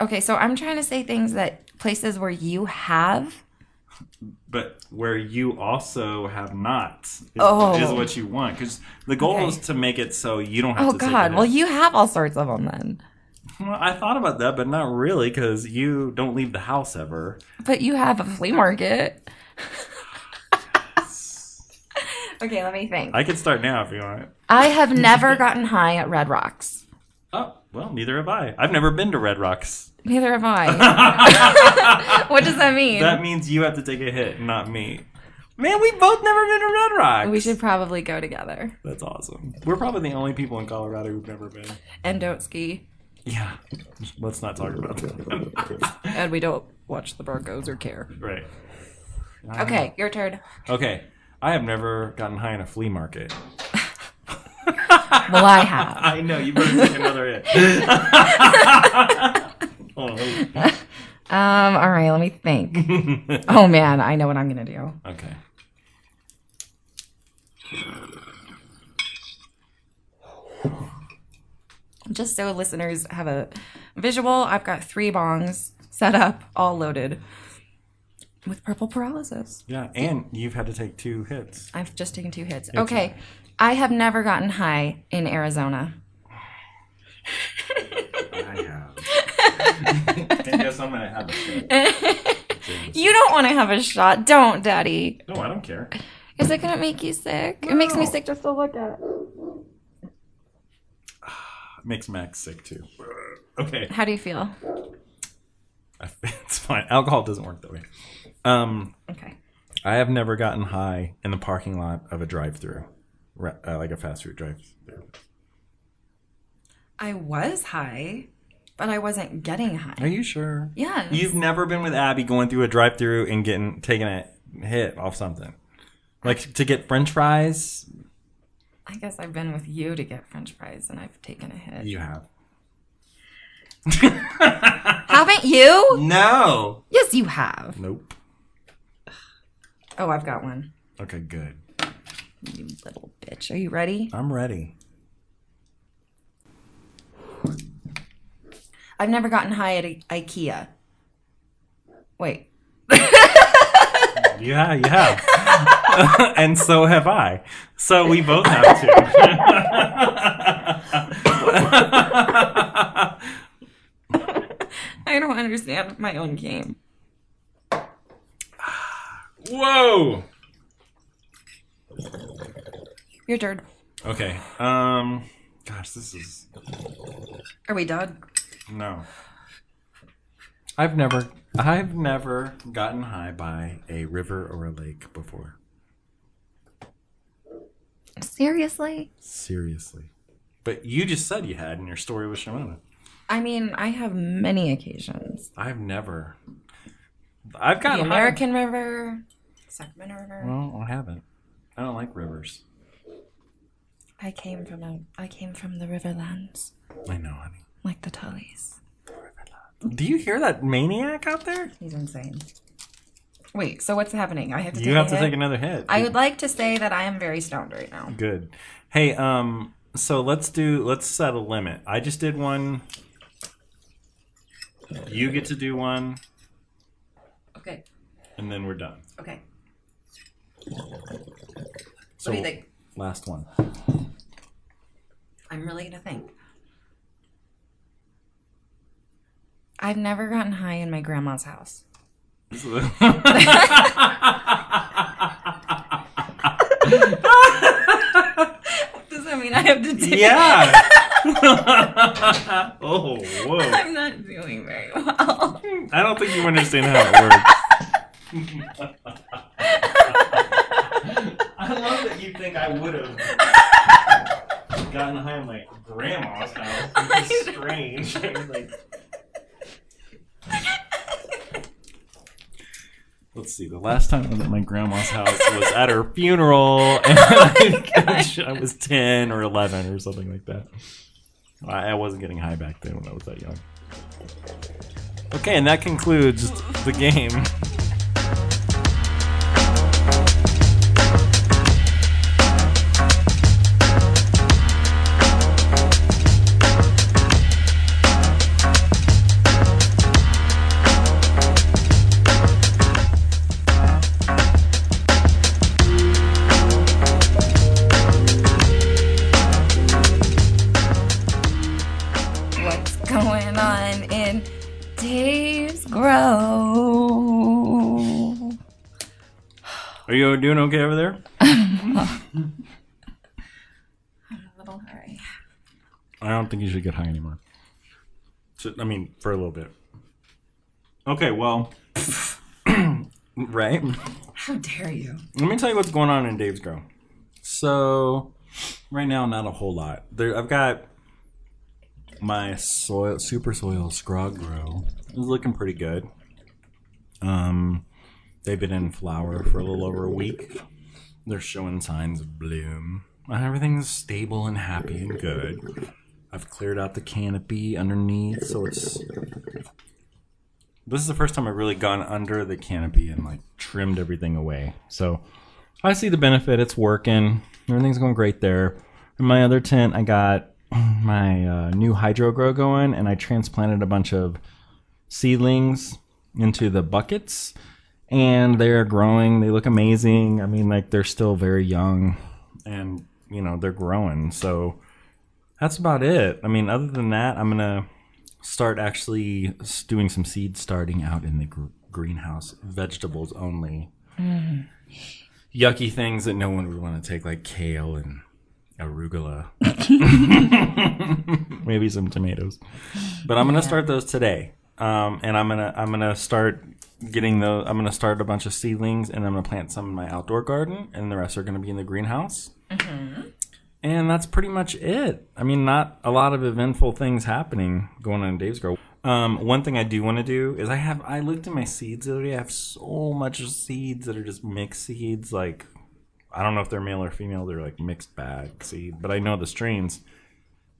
[SPEAKER 1] Okay, so I'm trying to say things that places where you have
[SPEAKER 2] but where you also have not is,
[SPEAKER 1] Oh.
[SPEAKER 2] is what you want because the goal
[SPEAKER 1] Okay.
[SPEAKER 2] is to make it so you don't have
[SPEAKER 1] Oh
[SPEAKER 2] to take
[SPEAKER 1] God!
[SPEAKER 2] it
[SPEAKER 1] Well,
[SPEAKER 2] in.
[SPEAKER 1] you have all sorts of them then,
[SPEAKER 2] Well, i thought about that but not really because you don't leave the house ever
[SPEAKER 1] but you have a flea market. okay, let me think.
[SPEAKER 2] i could start now if you want
[SPEAKER 1] I have never gotten high at Red Rocks.
[SPEAKER 2] oh well neither have i i've never been to red rocks
[SPEAKER 1] Neither have I. what does that mean?
[SPEAKER 2] that means you have to take a hit not me man we both never been to red rocks
[SPEAKER 1] we should probably go together
[SPEAKER 2] that's awesome we're probably the only people in colorado who've never been
[SPEAKER 1] and don't ski
[SPEAKER 2] yeah let's not talk about that
[SPEAKER 1] and we don't watch the Broncos or care.
[SPEAKER 2] right
[SPEAKER 1] Okay, your turn.
[SPEAKER 2] okay i have never gotten high in a flea market
[SPEAKER 1] Well, I have.
[SPEAKER 2] I know you better take another hit. oh,
[SPEAKER 1] Um. All right, let me think. oh man, I know what I'm gonna do.
[SPEAKER 2] okay.
[SPEAKER 1] Just so listeners have a visual, I've got three bongs set up, all loaded with purple paralysis.
[SPEAKER 2] Yeah, and you've had to take two hits.
[SPEAKER 1] I've just taken two hits. Okay. I have never gotten high in Arizona.
[SPEAKER 2] I have. I guess I'm gonna have a shot.
[SPEAKER 1] You don't want to have a shot. Don't, Daddy.
[SPEAKER 2] No, I don't care.
[SPEAKER 1] Is it going to make you sick? It makes me
[SPEAKER 2] No.
[SPEAKER 1] sick just to look at it.
[SPEAKER 2] Makes Max sick too. Okay,
[SPEAKER 1] How do you feel?
[SPEAKER 2] it's fine. Alcohol doesn't work that way. Um,
[SPEAKER 1] Okay.
[SPEAKER 2] I have never gotten high in the parking lot of a drive-through, Re- uh, like a fast food drive-through.
[SPEAKER 1] I was high, but I wasn't getting high.
[SPEAKER 2] Are you sure?
[SPEAKER 1] Yes.
[SPEAKER 2] You've never been with Abby going through a drive-through and getting taking a hit off something, like to get French fries.
[SPEAKER 1] I guess I've been with you to get French fries, and I've taken a hit.
[SPEAKER 2] You have.
[SPEAKER 1] Haven't you?
[SPEAKER 2] No.
[SPEAKER 1] Yes, you have.
[SPEAKER 2] Nope.
[SPEAKER 1] Oh, I've got one.
[SPEAKER 2] Okay, good.
[SPEAKER 1] You little bitch. Are you ready?
[SPEAKER 2] I'm ready.
[SPEAKER 1] I've never gotten high at I- IKEA. Wait.
[SPEAKER 2] Yeah, you have. and so have I. So we both have to.
[SPEAKER 1] I don't understand my own game.
[SPEAKER 2] Whoa.
[SPEAKER 1] Your turn.
[SPEAKER 2] Okay. Um. Gosh, this is
[SPEAKER 1] Are we done?
[SPEAKER 2] no. I've never, I've never gotten high by a river or a lake before.
[SPEAKER 1] Seriously?
[SPEAKER 2] Seriously. But you just said you had in your story with Shimona.
[SPEAKER 1] I mean, I have many occasions.
[SPEAKER 2] I've never. I've
[SPEAKER 1] The
[SPEAKER 2] gotten high-
[SPEAKER 1] American River, Sacramento River.
[SPEAKER 2] Well, I haven't. I don't like rivers.
[SPEAKER 1] I came from a I came from the Riverlands,
[SPEAKER 2] I know, honey.
[SPEAKER 1] like the Tullys.
[SPEAKER 2] Do you hear that maniac out there?
[SPEAKER 1] He's insane. Wait, so what's happening? I have to
[SPEAKER 2] You
[SPEAKER 1] take
[SPEAKER 2] have
[SPEAKER 1] a
[SPEAKER 2] to
[SPEAKER 1] hit?
[SPEAKER 2] take another hit.
[SPEAKER 1] I would like to say that I am very stoned right now.
[SPEAKER 2] Good. Hey, um, so let's do let's set a limit. I just did one. You get to do one,
[SPEAKER 1] Okay.
[SPEAKER 2] and then we're done.
[SPEAKER 1] Okay.
[SPEAKER 2] So
[SPEAKER 1] do you think?
[SPEAKER 2] last one.
[SPEAKER 1] I'm really gonna think. I've never gotten high in my grandma's house. Does that mean I have to do
[SPEAKER 2] yeah. oh, whoa!
[SPEAKER 1] I'm not doing very well.
[SPEAKER 2] I don't think you understand how it works. I love that you think I would have gotten high in my grandma's house. Which is strange. I was like, Let's see. The last time I was at my grandma's house was at her funeral, and I, I was ten or eleven or something like that. I, I wasn't getting high back then when I was that young. Okay, and that concludes the game.
[SPEAKER 1] What's going on in Dave's Grove?
[SPEAKER 2] Are you doing okay over there?
[SPEAKER 1] A little hurry.
[SPEAKER 2] I don't think you should get high anymore. So, I mean, for a little bit. Okay, well, right.
[SPEAKER 1] How dare you?
[SPEAKER 2] Let me tell you what's going on in Dave's Grow. So, right now, not a whole lot. There, I've got my soil, super soil scrog grow is looking pretty good. Um, they've been in flower for a little over a week. They're showing signs of bloom. Everything's stable and happy and good. I've cleared out the canopy underneath, so it's this is the first time I've really gone under the canopy and like trimmed everything away. So I see the benefit. It's working. Everything's going great there. In my other tent, I got my uh, new hydro grow going, and I transplanted a bunch of seedlings into the buckets, and they're growing. They look amazing. I mean, like they're still very young, and you know they're growing. So that's about it. I mean, other than that, I'm gonna start actually s- doing some seed starting out in the gr- greenhouse, vegetables only. Yucky things that no one would want to take, like kale and arugula. Maybe some tomatoes, but I'm gonna start those today. Um, and I'm gonna I'm gonna start getting the I'm gonna start a bunch of seedlings, and I'm gonna plant some in my outdoor garden, and the rest are gonna be in the greenhouse. And that's pretty much it. I mean, not a lot of eventful things happening going on in Dave's Grow. Um, one thing I do want to do is I have I looked at my seeds the other day. I have so much seeds that are just mixed seeds, like I don't know if they're male or female. They're like mixed bag. See, but I know the strains.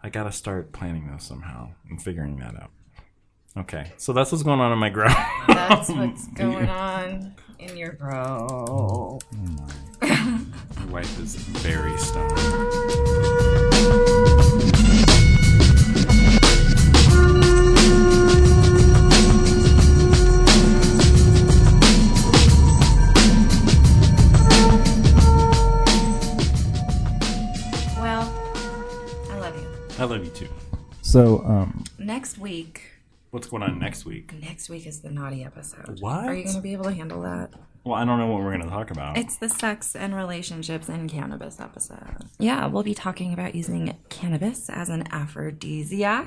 [SPEAKER 2] I gotta start planning those somehow and figuring that out. Okay, so that's what's going on in my ground.
[SPEAKER 1] That's what's going on in your bro.
[SPEAKER 2] my wife is very stoned.
[SPEAKER 1] Well, I love you.
[SPEAKER 2] I love you too.
[SPEAKER 5] So, um,
[SPEAKER 1] Next week.
[SPEAKER 2] What's going on next week?
[SPEAKER 1] Next week is the naughty episode.
[SPEAKER 2] What?
[SPEAKER 1] Are you going to be able to handle that?
[SPEAKER 2] Well, I don't know what we're gonna talk about.
[SPEAKER 1] It's the sex and relationships and cannabis episode. Yeah, we'll be talking about using cannabis as an aphrodisiac,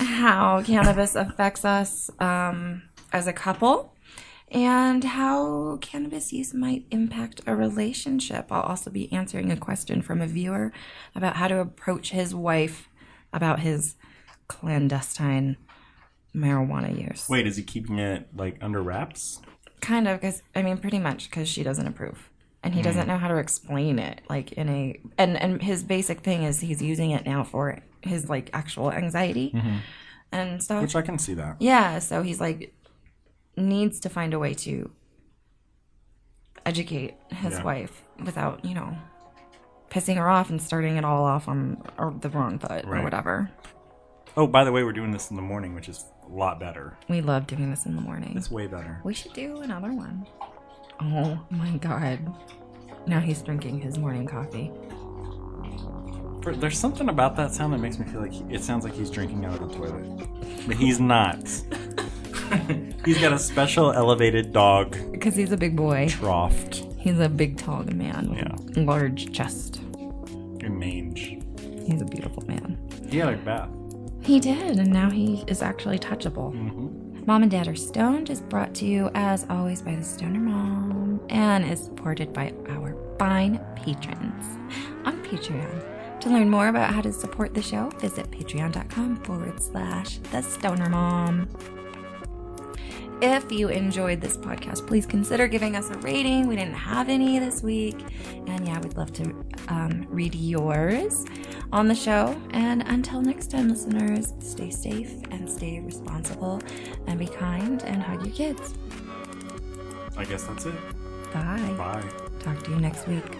[SPEAKER 1] how cannabis affects us um, as a couple, and how cannabis use might impact a relationship. I'll also be answering a question from a viewer about how to approach his wife about his clandestine marijuana use.
[SPEAKER 2] Wait, is he keeping it like under wraps?
[SPEAKER 1] Kind of, because I mean, pretty much, because she doesn't approve, and he
[SPEAKER 2] Mm-hmm.
[SPEAKER 1] doesn't know how to explain it. Like in a and and his basic thing is he's using it now for his like actual anxiety
[SPEAKER 2] Mm-hmm.
[SPEAKER 1] and stuff.
[SPEAKER 2] Which I can see that.
[SPEAKER 1] yeah, so he's like needs to find a way to educate his
[SPEAKER 2] Yeah.
[SPEAKER 1] wife without you know pissing her off and starting it all off on or the wrong foot
[SPEAKER 2] Right.
[SPEAKER 1] or whatever.
[SPEAKER 2] Oh, by the way, we're doing this in the morning, which is a lot better.
[SPEAKER 1] We love doing this in the morning.
[SPEAKER 2] It's way better.
[SPEAKER 1] We should do another one. Oh my god. Now he's drinking his morning coffee.
[SPEAKER 2] For- There's something about that sound that makes me feel like he- it sounds like he's drinking out of the toilet, but he's not. he's got a special elevated dog
[SPEAKER 1] Because he's a big boy.
[SPEAKER 2] trough
[SPEAKER 1] He's a big, tall man with a large chest.
[SPEAKER 2] in mange.
[SPEAKER 1] He's a beautiful man.
[SPEAKER 2] He had a bath.
[SPEAKER 1] He did, and now he is actually touchable. Mom and Dad Are Stoned is brought to you, as always, by the Stoner Mom and is supported by our fine patrons on Patreon. To learn more about how to support the show, visit patreon.com forward slash the Stoner Mom. If you enjoyed this podcast, please consider giving us a rating. We didn't have any this week. And yeah, we'd love to um, read yours on the show. And until next time, listeners, stay safe and stay responsible and be kind and hug your kids.
[SPEAKER 2] I guess that's it.
[SPEAKER 1] Bye.
[SPEAKER 2] Bye.
[SPEAKER 1] Talk to you next week.